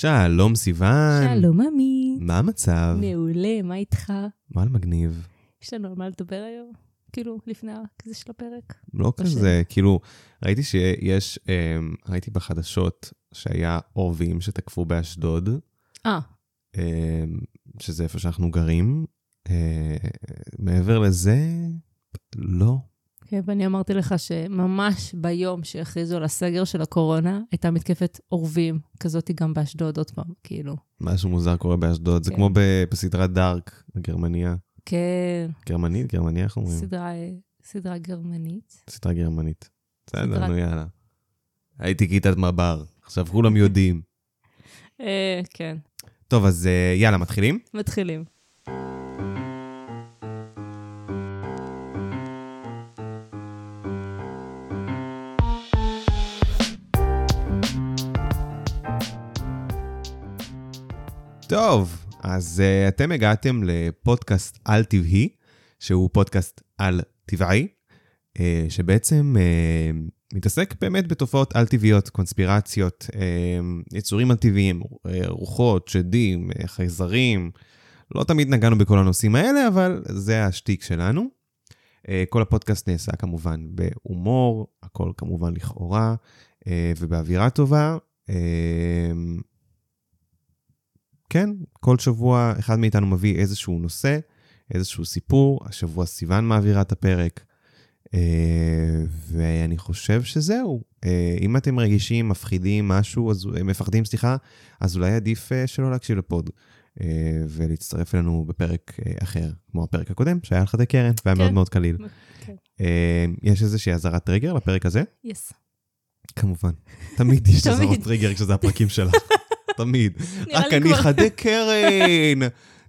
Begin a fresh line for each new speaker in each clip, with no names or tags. שלום סיוון.
שלום עמי.
מה המצב?
מעולה, מה איתך?
וואלה מגניב.
יש לנו על מה לדבר היום? כאילו, לפני הכזה של הפרק?
לא
בשם.
כזה, כאילו, ראיתי שיש, אמ, ראיתי בחדשות שהיה עורבים שתקפו באשדוד,
אה,
אמ, שזה איפה שאנחנו גרים. אה, מעבר לזה, לא.
כן, ואני אמרתי לך שממש ביום שהכריזו על הסגר של הקורונה, הייתה מתקפת עורבים כזאת גם באשדוד עוד פעם, כאילו.
משהו מוזר קורה באשדוד, זה
כן.
כמו ב- בסדרת דארק, גרמניה.
כן,
גרמנית? גרמניה, איך אומרים?
סדרה, אה, סדרה גרמנית.
סדרה גרמנית. בסדר,
סדרה-
נו יאללה. הייתי כיתת מב"ר, עכשיו כולם יודעים.
אה, כן,
טוב, אז אה, יאללה, מתחילים?
מתחילים.
טוב, אז uh, אתם הגעתם לפודקאסט על-טבעי, שהוא פודקאסט על-טבעי, uh, שבעצם uh, מתעסק באמת בתופעות על-טבעיות, קונספירציות, uh, יצורים על-טבעיים, uh, רוחות, שדים, uh, חייזרים. לא תמיד נגענו בכל הנושאים האלה, אבל זה השטיק שלנו. Uh, כל הפודקאסט נעשה כמובן בהומור, הכל כמובן לכאורה, uh, ובאווירה טובה. Uh, כן, כל שבוע אחד מאיתנו מביא איזשהו נושא, איזשהו סיפור, השבוע סיוון מעבירה את הפרק, אה, ואני חושב שזהו. אה, אם אתם רגישים, מפחידים משהו, אז, אה, מפחדים, סליחה, אז אולי עדיף אה, שלא להקשיב לפוד, אה, ולהצטרף אלינו בפרק אה, אחר, כמו הפרק הקודם, שהיה על חטא קרן, והיה
כן.
מאוד מאוד קליל.
כן.
אה, יש איזושהי אזהרת טריגר לפרק הזה?
יס.
כמובן. תמיד יש
תמיד.
אזהרות טריגר כשזה הפרקים שלך, תמיד.
נראה
רק
לי
אני
כבר-
חדי קרן,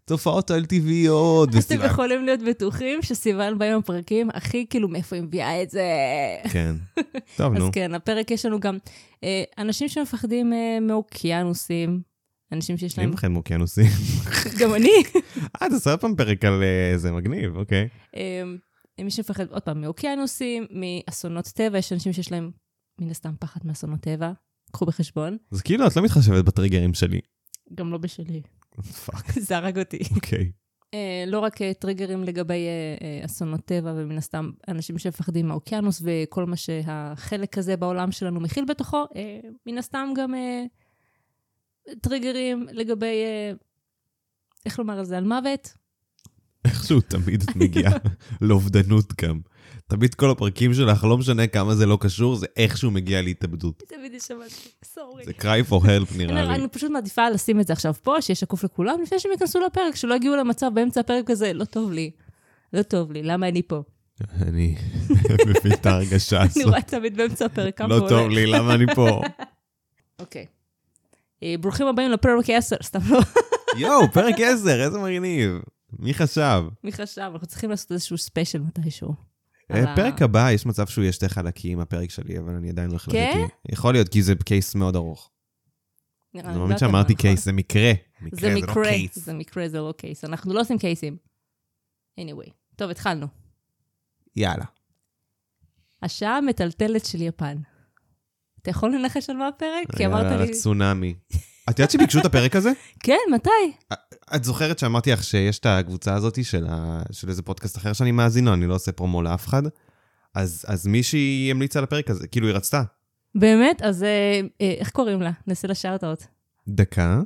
תופעות על-טבעיות.
אתם
וסיוון.
יכולים להיות בטוחים שסיוון בא עם הפרקים הכי כאילו מאיפה היא מביאה את זה.
כן, טוב,
אז
נו.
כן, הפרק יש לנו גם אה, אנשים שמפחדים אה, מאוקיינוסים, אנשים שיש
אני
להם,
מפחד מאוקיינוסים.
גם אני,
אה, תעשה עוד פעם פרק על אה, זה מגניב, אוקיי.
אה, מי שמפחד עוד פעם מאוקיינוסים, מאסונות טבע, יש אנשים שיש להם מן הסתם פחד מאסונות טבע, קחו בחשבון,
אז כאילו, את לא מתחשבת בטריגרים שלי.
גם לא בשלי,
פאק,
זה הרג אותי.
אוקיי.
אה, לא רק אה, טריגרים לגבי אה, אה, אסונות טבע, ומן הסתם אנשים שמפחדים מהאוקיינוס וכל מה שהחלק הזה בעולם שלנו מכיל בתוכו, אה, מן הסתם גם אה, טריגרים לגבי, אה, איך לומר על זה, על מוות.
איכשהו תמיד את מגיעה לאובדנות גם. תמיד כל הפרקים שלך, לא משנה כמה זה לא קשור, זה איכשהו מגיע להתאבדות.
תמיד יש משהו, סורי.
זה cry for help
אני,
נראה לי.
אני פשוט מעדיפה לשים את זה עכשיו פה, שיהיה שקוף לכולם, לפני שהם ייכנסו לפרק, שלא יגיעו למצב באמצע הפרק הזה, לא טוב לי. לא טוב לי, למה אני פה?
אני מבין את ההרגשה
אני
הזאת.
רואה תמיד באמצע הפרק, כמה
לא
עולה.
טוב לי, למה אני פה?
אוקיי. אה, ברוכים הבאים לפרק 10, סתם לא.
יואו, פרק 10, איזה מגניב. מי חשב?
מי חשב? אנחנו צריכים לעשות איזשהו ספיישל מתישהו.
אה,
אבל-
פרק הבא, יש מצב שהוא יהיה שתי חלקים, הפרק שלי, אבל אני עדיין לא החלטתי.
כן?
יכול להיות, כי זה קייס מאוד ארוך.
נראה,
אני
לא
מאמין
יודעת
שאמרתי
מה, נכון.
קייס, זה מקרה.
זה
לא
מקרה,
קייס.
זה מקרה, זה לא קייס. אנחנו לא עושים קייסים. anyway, טוב, התחלנו.
יאללה.
השעה המטלטלת של יפן. אתה יכול לנחש על מה הפרק? כי
יאללה,
אמרת לי...
לצונאמי. את יודעת שביקשו את הפרק הזה?
כן, מתי?
את זוכרת שאמרתי לך שיש את הקבוצה הזאת של ה- של איזה פודקאסט אחר שאני מאזין לו, אני לא עושה פרומו לאף אחד? אז אז מישהי המליצה על הפרק הזה, כאילו היא רצתה.
באמת? אז אה, אה, איך קוראים לה? נעשה לה שארטאות.
דקה.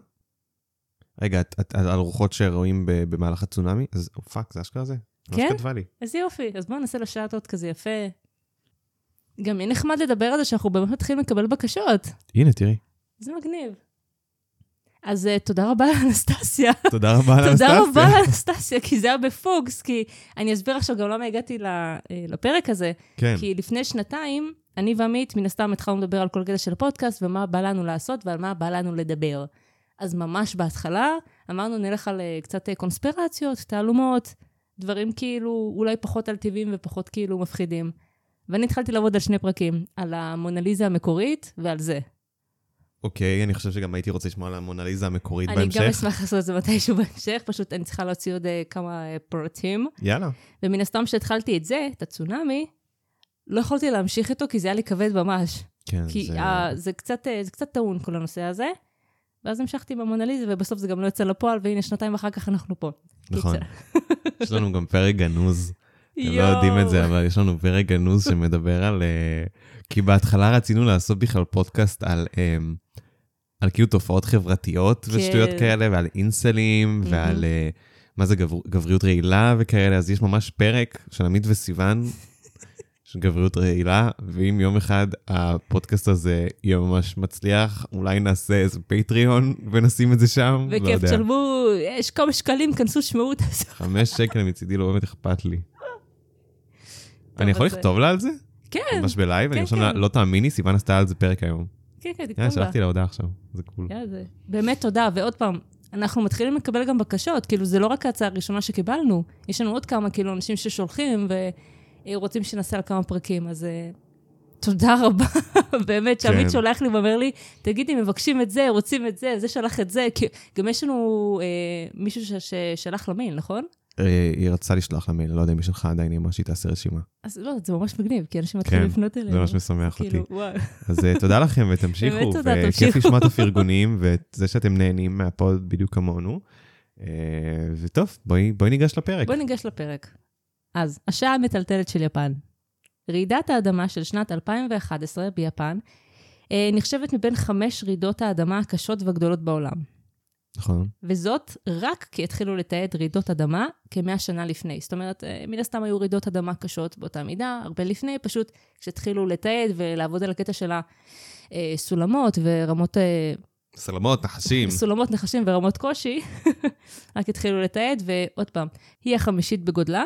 רגע, את את- על רוחות שרואים ב- במהלך הצונאמי? אז פאק, זה אשכרה זה?
כן?
ממש כתבה לי.
איזה יופי, אז בואו נעשה לה שארטאות כזה יפה. גם יהיה נחמד לדבר על זה שאנחנו באמת מתחילים לקבל בקשות.
הנה, תראי.
זה מגניב. אז אה, תודה רבה לאנסטסיה.
תודה רבה על
תודה
האנסטסיה.
רבה לאנסטסיה, כי זה היה בפוקס, כי אני אסביר עכשיו גם למה הגעתי ל- אה, לפרק הזה,
כן,
כי לפני שנתיים, אני ועמית, מן הסתם התחלנו לדבר על כל הקטע של הפודקאסט, ומה בא לנו לעשות ועל מה בא לנו לדבר. אז ממש בהתחלה, אמרנו, נלך על אה, קצת אה, קונספירציות, תעלומות, דברים כאילו אולי פחות על טבעיים ופחות כאילו מפחידים. ואני התחלתי לעבוד על שני פרקים, על המונליזה המקורית ועל זה.
אוקיי, אני חושב שגם הייתי רוצה לשמוע על המונליזה המקורית
אני גם
בהמשך.
אשמח לעשות את זה מתישהו בהמשך, פשוט אני צריכה להוציא עוד אה, כמה אה, פרטים.
יאללה.
ומן הסתם כשהתחלתי את זה, את הצונאמי, לא יכולתי להמשיך איתו כי זה היה לי כבד ממש.
כן,
כי
זה...
אה, זה, זה, קצת, אה, זה קצת טעון כל הנושא הזה. ואז המשכתי עם המונליזה, ובסוף זה גם לא יצא לפועל, והנה, שנתיים אחר כך אנחנו פה.
נכון.
קיצר.
יש לנו גם פרק גנוז. אתם לא
יואו.
יודעים את זה, אבל יש לנו פרק גנוז שמדבר על... אה, כי בהתחלה רצינו לעשות בכלל פודקאסט על... אה, על כאילו תופעות חברתיות
כן.
ושטויות כאלה, ועל אינסלים,
מהמם.
ועל אה, מה זה גבר, גבריות רעילה וכאלה, אז יש ממש פרק של עמית וסיוון של גבריות רעילה, ואם יום אחד הפודקאסט הזה יהיה ממש מצליח, אולי נעשה איזה פטריון ונשים את זה שם, לא
וכיף,
יודע.
תשלמו, יש כמה שקלים, כנסו, שמעו את זה.
חמש שקל מצידי לא באמת אכפת לי. אני יכול
אז- אה,
לכתוב לה על זה?
כן,
ממש בלייב? אני
כן,
חושב,
כן.
לא תאמיני, סיוון עשתה על זה פרק היום.
כן, כן,
יאללה,
תקראו בה.
שלחתי לה הודעה עכשיו, זה קול.
יאללה, זה- באמת תודה, ועוד פעם, אנחנו מתחילים לקבל גם בקשות, כאילו זה לא רק ההצעה הראשונה שקיבלנו, יש לנו עוד כמה כאילו אנשים ששולחים ורוצים שנעשה על כמה פרקים, אז אה, תודה רבה, באמת, שעמית
כן.
שולח לי ואומר לי, תגידי, מבקשים את זה, רוצים את זה, זה שלח את זה, כי גם יש לנו אה, מישהו ש- ששלח למייל, נכון?
אה, היא רצתה לשלוח לה מייל, לא יודע אם היא שלחה עדיין, היא אמרה שהיא תעשה רשימה.
אז לא, זה ממש מגניב, כי אנשים מתחילים
כן,
לפנות אלינו.
זה ממש משמח אותי.
כאילו, וואו.
אז אה, תודה לכם ותמשיכו.
באמת תודה,
וכיף
תמשיכו.
לשמוע את הפרגונים ואת זה שאתם נהנים מהפוד בדיוק כמונו. אה, וטוב, בואי בואי ניגש לפרק.
בואו ניגש לפרק. אז, השעה המטלטלת של יפן. רעידת האדמה של שנת 2011 ביפן אה, נחשבת מבין חמש רעידות האדמה הקשות והגדולות בעולם,
נכון.
וזאת רק כי התחילו לתעד רעידות אדמה כמאה שנה לפני. זאת אומרת, אה, מן הסתם היו רעידות אדמה קשות באותה מידה, הרבה לפני, פשוט כשהתחילו לתעד ולעבוד על הקטע של הסולמות ורמות אה,
סלמות, נחשים.
סולמות נחשים ורמות קושי, רק התחילו לתעד, ועוד פעם, היא החמישית בגודלה,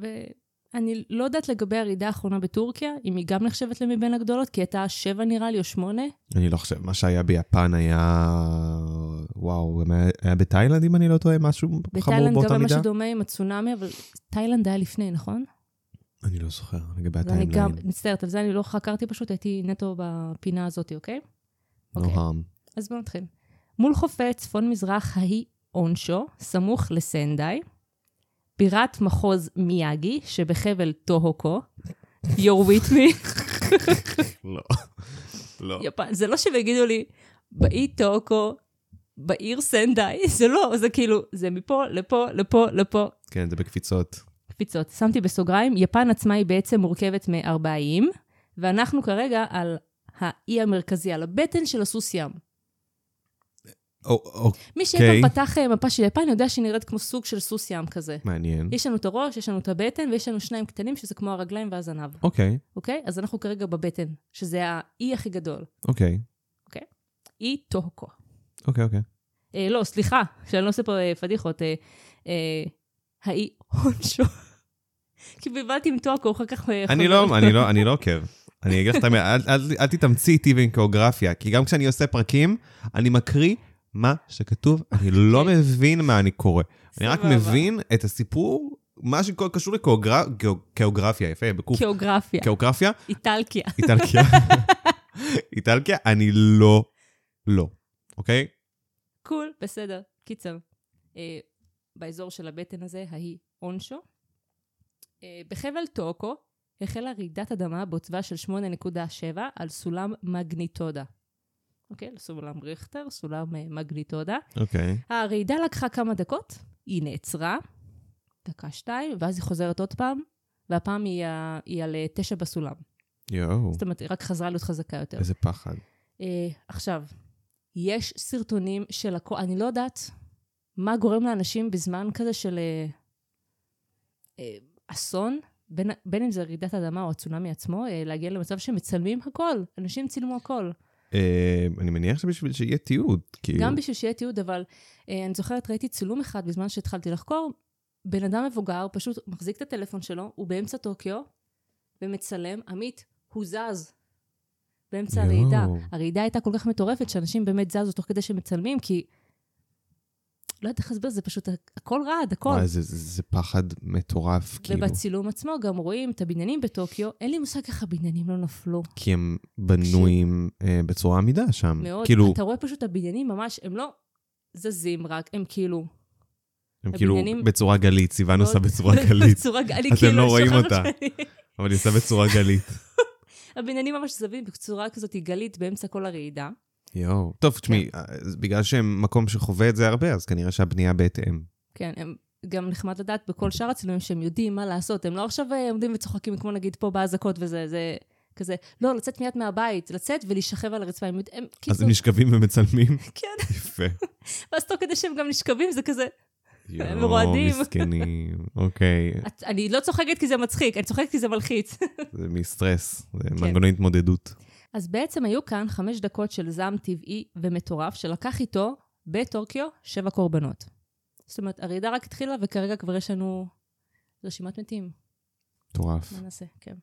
ואני לא יודעת לגבי הרעידה האחרונה בטורקיה, אם היא גם נחשבת למבין הגדולות, כי היא הייתה שבע נראה לי, או שמונה.
אני לא חושב, מה שהיה ביפן היה... וואו, גם היה- היה בתאילנד, אם אני לא טועה, משהו חמור
בתאילנד גם
באותה
היה
מידה?
משהו דומה עם הצונאמי, אבל תאילנד היה לפני, נכון?
אני לא זוכר, לגבי
אז אני גם,
הטיימליין.
מצטערת, על זה אני לא חקרתי פשוט, הייתי נטו בפינה הזאת, אוקיי?
נו
אוקיי.
הרם.
אז בואו נתחיל. מול חופי צפון-מזרח האי אונשו, סמוך לסנדאי, בירת מחוז מיאגי שבחבל טוהוקו, you're with me,
לא. לא.
יפן, זה לא שהם יגידו לי, באי טוהוקו, בעיר סנדאי, זה לא, זה כאילו, זה מפה, לפה, לפה, לפה,
כן, זה בקפיצות.
קפיצות. שמתי בסוגריים, יפן עצמה היא בעצם מורכבת מארבעה איים, ואנחנו כרגע על האי המרכזי, על הבטן של הסוס ים.
או- או-
מי
אוקיי.
שאי פעם פתח אה, מפה של יפן יודע שהיא נראית כמו סוג של סוס ים כזה.
מעניין.
יש לנו את הראש, יש לנו את הבטן, ויש לנו שניים קטנים, שזה כמו הרגליים והזנב,
אוקיי,
אוקיי? אז אנחנו כרגע בבטן, שזה האי הכי גדול,
אוקיי,
אי טוהוקו.
אוקיי, אוקיי.
אה, לא, סליחה, שאני לא עושה פה אה, פדיחות. אה, אה, האי הונשו. כי בלבלתי עם טוהוקו, אחר כך... אה,
אני
חוזר.
לא, אני לא, אני לא עוקב. אני אגיד לך את האמת, אל- אל- אל תתאמצי איתי ועם גיאוגרפיה, כי גם כשאני עושה פרקים, אני מקריא מה שכתוב, אני לא
אוקיי.
מבין מה אני קורא. אני רק
סבבה.
מבין את הסיפור, מה שקשור לגיאוגרפיה, יפה, בקוף.
גיאוגרפיה,
גיאוגרפיה,
איטלקיה.
איטלקיה. איטלקיה, אני לא, לא, אוקיי?
קול, בסדר. קיצר, אה, באזור של הבטן הזה, ההיא אונשו. אה, בחבל טוקו החלה רעידת אדמה בעוצבה של 8.7 על סולם מגניטודה. אוקיי? סולם ריכטר, סולם אה, מגניטודה.
אוקיי.
הרעידה לקחה כמה דקות, היא נעצרה, דקה שתיים, ואז היא חוזרת עוד פעם, והפעם היא, ה- היא על אה, תשע בסולם.
יואו,
זאת אומרת, היא רק חזרה להיות חזקה יותר.
איזה פחד.
אה, עכשיו, יש סרטונים של הכל, אני לא יודעת מה גורם לאנשים בזמן כזה של אה, אה, אסון, בין, בין אם זה רעידת אדמה או הצונאמי עצמו, אה, להגיע למצב שמצלמים הכל, אנשים צילמו הכל.
אה, אני מניח שבשביל שיהיה תיעוד, כאילו.
גם בשביל שיהיה תיעוד, אבל אה, אני זוכרת, ראיתי צילום אחד בזמן שהתחלתי לחקור, בן אדם מבוגר פשוט מחזיק את הטלפון שלו, הוא באמצע טוקיו, ומצלם, עמית, הוא זז. באמצע
יואו.
הרעידה. הרעידה הייתה כל כך מטורפת, שאנשים באמת זזו תוך כדי שמצלמים, כי... לא יודעת איך להסביר, זה פשוט הכל רעד, הכל.
וואי, אה, זה, זה, זה פחד מטורף, כאילו.
ובצילום עצמו גם רואים את הבניינים בטוקיו, אין לי מושג איך הבניינים לא נפלו.
כי הם בנויים אה, בצורה עמידה שם.
מאוד.
כאילו,
אתה רואה פשוט הבניינים ממש, הם לא זזים רק, הם כאילו
הם כאילו
הבניינים-
בצורה גלית, סיוון עושה
מאוד-
בצורה גלית,
בצורה גלית,
אתם
כאילו,
לא רואים
שכחנו
אותה.
שאני-
אבל היא עושה בצורה גלית.
הבניינים ממש זזים בצורה כזאת גלית באמצע כל הרעידה.
יואו. טוב, תשמעי,
כן.
אה, אז בגלל שהם מקום שחווה את זה הרבה, אז כנראה שהבנייה בהתאם.
כן, הם גם נחמד לדעת בכל שאר הצילומים שהם יודעים מה לעשות. הם לא עכשיו אה, עומדים וצוחקים כמו נגיד פה באזעקות וזה, זה כזה, לא, לצאת מיד מהבית, לצאת ולהישכב על הרצפה. הם, יודע- הם
אז
כאילו,
הם נשכבים ומצלמים?
כן,
יפה.
ואז תוך כדי שהם גם נשכבים, זה כזה, הם
יואו,
רועדים.
מסכנים, אוקיי.
את, אני לא צוחקת כי זה מצחיק, אני צוחקת כי זה מלחיץ.
זה מסטרס, זה
כן.
מנגנון התמודדות.
אז בעצם היו כאן חמש דקות של זעם טבעי ומטורף, שלקח איתו בטורקיו שבע קורבנות. זאת אומרת, הרעידה רק התחילה, וכרגע כבר יש לנו רשימת מתים.
מטורף.
מה נעשה, כן.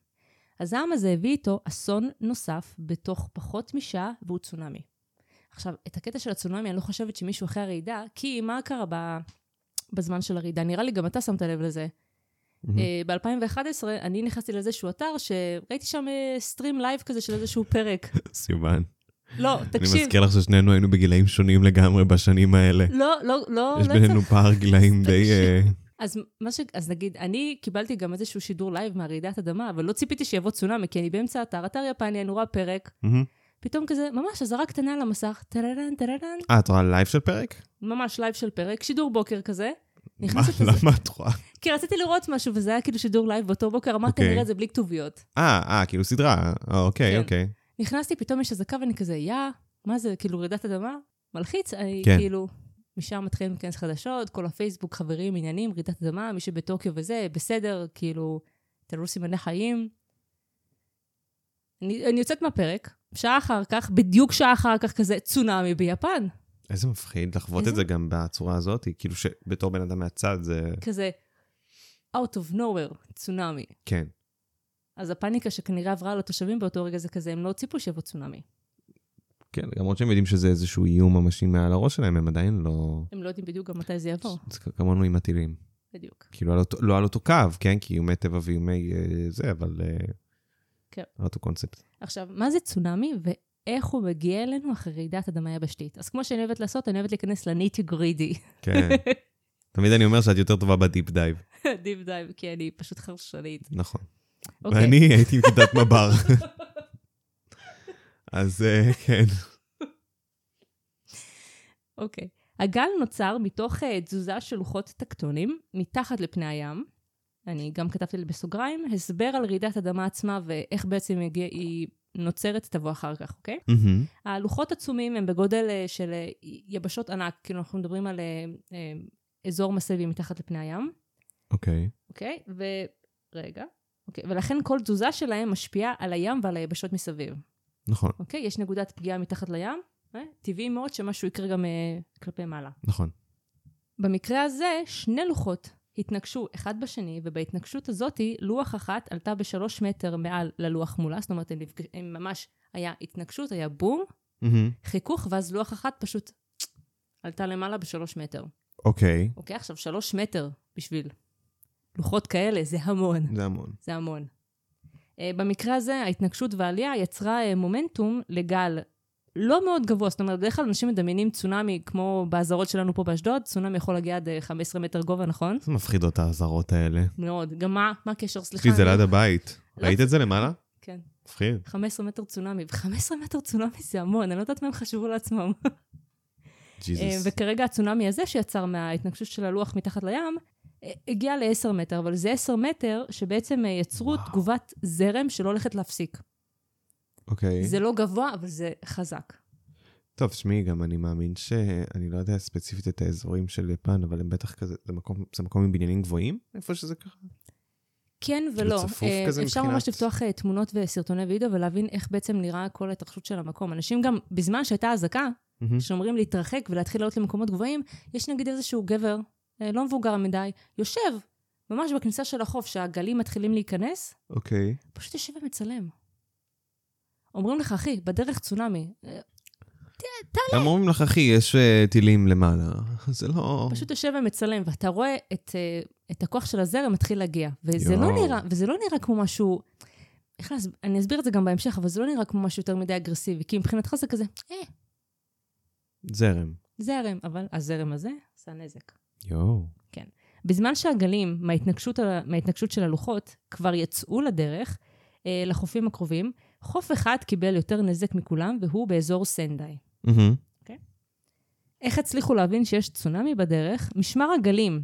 הזעם הזה הביא איתו אסון נוסף בתוך פחות משעה, והוא צונאמי. עכשיו, את הקטע של הצונאמי, אני לא חושבת שמישהו אחרי הרעידה, כי מה קרה ב... בזמן של הרעידה? נראה לי גם אתה שמת לב לזה. אה,
מהמם.
ב-2011 אני נכנסתי לאיזשהו אתר שראיתי שם אה, סטרים לייב כזה של איזשהו פרק.
סיוון.
לא,
אני
תקשיב.
מזכיר לך ששנינו היינו בגילאים שונים לגמרי בשנים האלה.
לא, לא, לא,
יש
לא
בינינו פער גילאים די... אה,
אז, מה ש... אז נגיד, אני קיבלתי גם איזשהו שידור לייב מהרעידת אדמה, אבל לא ציפיתי שיבוא צונאמי, כי אני באמצע אתר, אתר יפני, אני רואה פרק,
מהמם.
פתאום כזה, ממש אזהרה קטנה על המסך, טררן, טררן,
אה, את רואה לייב של פרק?
ממש לייב של פרק, שידור בוקר כזה.
מה,
נכנסת לזה,
למה את רואה?
כי רציתי לראות משהו, וזה היה כאילו שידור לייב באותו בוקר, אמרתי,
אוקיי.
נראה את זה בלי כתוביות.
אה, אה, כאילו סדרה. אה, אוקיי,
כן.
אוקיי.
נכנסתי, פתאום יש אזעקה, ואני כזה, יא, מה זה, כאילו רעידת אדמה? מלחיץ, אני
כן.
כאילו... משם מתחילים להיכנס חדשות, כל הפייסבוק, חברים, עניינים, רעידת אדמה, מי שבטוקיו וזה, בסדר, כאילו, תראו סימני חיים. אני, אני יוצאת מהפרק, שעה אחר כך, בדיוק שעה אחר כך כזה, צונאמי ביפן.
איזה מפחיד לחוות
איזה-
את זה גם בצורה הזאת, כאילו שבתור בן אדם מהצד זה...
כזה out of nowhere, צונאמי.
כן.
אז הפאניקה שכנראה עברה על התושבים באותו רגע זה כזה, הם לא ציפו שיבוא צונאמי.
כן, למרות שהם יודעים שזה איזשהו איום ממשי מעל הראש שלהם, הם עדיין לא...
הם לא יודעים בדיוק גם מתי זה יבוא,
זה כמונו עם הטילים.
בדיוק.
כאילו, על אותו- לא על אותו קו, כן? כי איומי טבע ואיומי אה, זה, אבל... אה,
כן.
על אותו קונספט.
עכשיו, מה זה צונאמי ואיך הוא מגיע אלינו אחרי רעידת אדמה יבשתית? אז כמו שאני אוהבת לעשות, אני אוהבת להיכנס לניטי גרידי.
כן. תמיד אני אומר שאת יותר טובה בדיפ דייב.
דיפ דייב, כי אני פשוט חרשנית.
נכון.
אוקיי.
ואני הייתי עם כיתת מב"ר. אז אה, כן.
אוקיי. הגל נוצר מתוך אה, תזוזה של לוחות טקטונים מתחת לפני הים. אני גם כתבתי לי בסוגריים, הסבר על רעידת אדמה עצמה ואיך בעצם הגיע, היא נוצרת תבוא אחר כך, אוקיי?
מהמם.
הלוחות עצומים הם בגודל אה, של אה, יבשות ענק, כאילו אנחנו מדברים על אה, אה, אזור מסבי מתחת לפני הים,
אוקיי.
אוקיי? ו... רגע. אוקיי, ולכן כל תזוזה שלהם משפיעה על הים ועל היבשות מסביב,
נכון,
אוקיי? יש נקודת פגיעה מתחת לים, אה? טבעי מאוד שמשהו יקרה גם אה, כלפי מעלה.
נכון.
במקרה הזה, שני לוחות התנגשו אחד בשני, ובהתנגשות הזאתי, לוח אחת עלתה בשלוש מטר מעל ללוח מולה, זאת אומרת, הם, נפג... הם ממש, היה התנגשות, היה בום,
מהמם.
חיכוך, ואז לוח אחת פשוט עלתה למעלה בשלוש מטר.
אוקיי.
אוקיי, עכשיו שלוש מטר בשביל לוחות כאלה, זה המון,
זה המון.
זה המון. אה, במקרה הזה, ההתנגשות והעלייה יצרה אה, מומנטום לגל לא מאוד גבוה. זאת אומרת, בדרך כלל אנשים מדמיינים צונאמי, כמו באזהרות שלנו פה באשדוד, צונאמי יכול להגיע עד אה, 15 מטר גובה, נכון?
זה מפחידות האזהרות האלה.
מאוד. גם מה, מה הקשר? סליחה.
כי זה לא
אני-
ליד הבית. ראית את זה למעלה?
כן.
מפחיד.
15 מטר צונאמי. ו-15 מטר צונאמי זה המון, אני לא יודעת מה הם חשבו לעצמם. אה,
ג'יזוס.
וכרגע הצונאמי הזה שיצר מההתנגשות של הלוח מתחת לים, אה, הגיע ל-10 מטר, אבל זה 10 מטר שבעצם אה, יצרו
וואו.
תגובת זרם שלא הולכת להפסיק.
אוקיי.
זה לא גבוה, אבל זה חזק.
טוב, תשמעי, גם אני מאמין ש... אני לא יודע ספציפית את האזורים של יפן, אבל הם בטח כזה... זה מקום- זה מקום עם בניינים גבוהים? איפה שזה ככה?
כן
כאילו
ולא.
צפוף
אה,
כזה
אפשר
מבחינת-
ממש לפתוח אה, תמונות וסרטוני וידאו ולהבין איך בעצם נראה כל ההתרחשות של המקום. אנשים גם, בזמן שהייתה אזעקה,
מהמם.
שאומרים להתרחק ולהתחיל לעלות למקומות גבוהים, יש נגיד איזשהו גבר, אה, לא מבוגר מדי, יושב ממש בכניסה של החוף, שהגלים מתחילים להיכנס,
אוקיי.
פשוט יושב ומצלם. אומרים לך, אחי, בדרך צונאמי. אה,
הם אומרים לך, אחי, יש אה, טילים למעלה. זה לא...
פשוט יושב ומצלם, ואתה רואה את, אה, את הכוח של הזרם מתחיל להגיע. וזה לא,
יואו.
נראה, וזה לא נראה כמו משהו... איך להס... אני אסביר את זה גם בהמשך, אבל זה לא נראה כמו משהו יותר מדי אגרסיבי, כי מבחינתך זה כזה, אה,
זרם.
זרם, אבל הזרם הזה עשה נזק.
יואו.
בזמן שהגלים מההתנגשות, על- מההתנגשות של הלוחות כבר יצאו לדרך אה, לחופים הקרובים, חוף אחד קיבל יותר נזק מכולם, והוא באזור סנדאי.
מהמם.
איך הצליחו להבין שיש צונאמי בדרך? משמר הגלים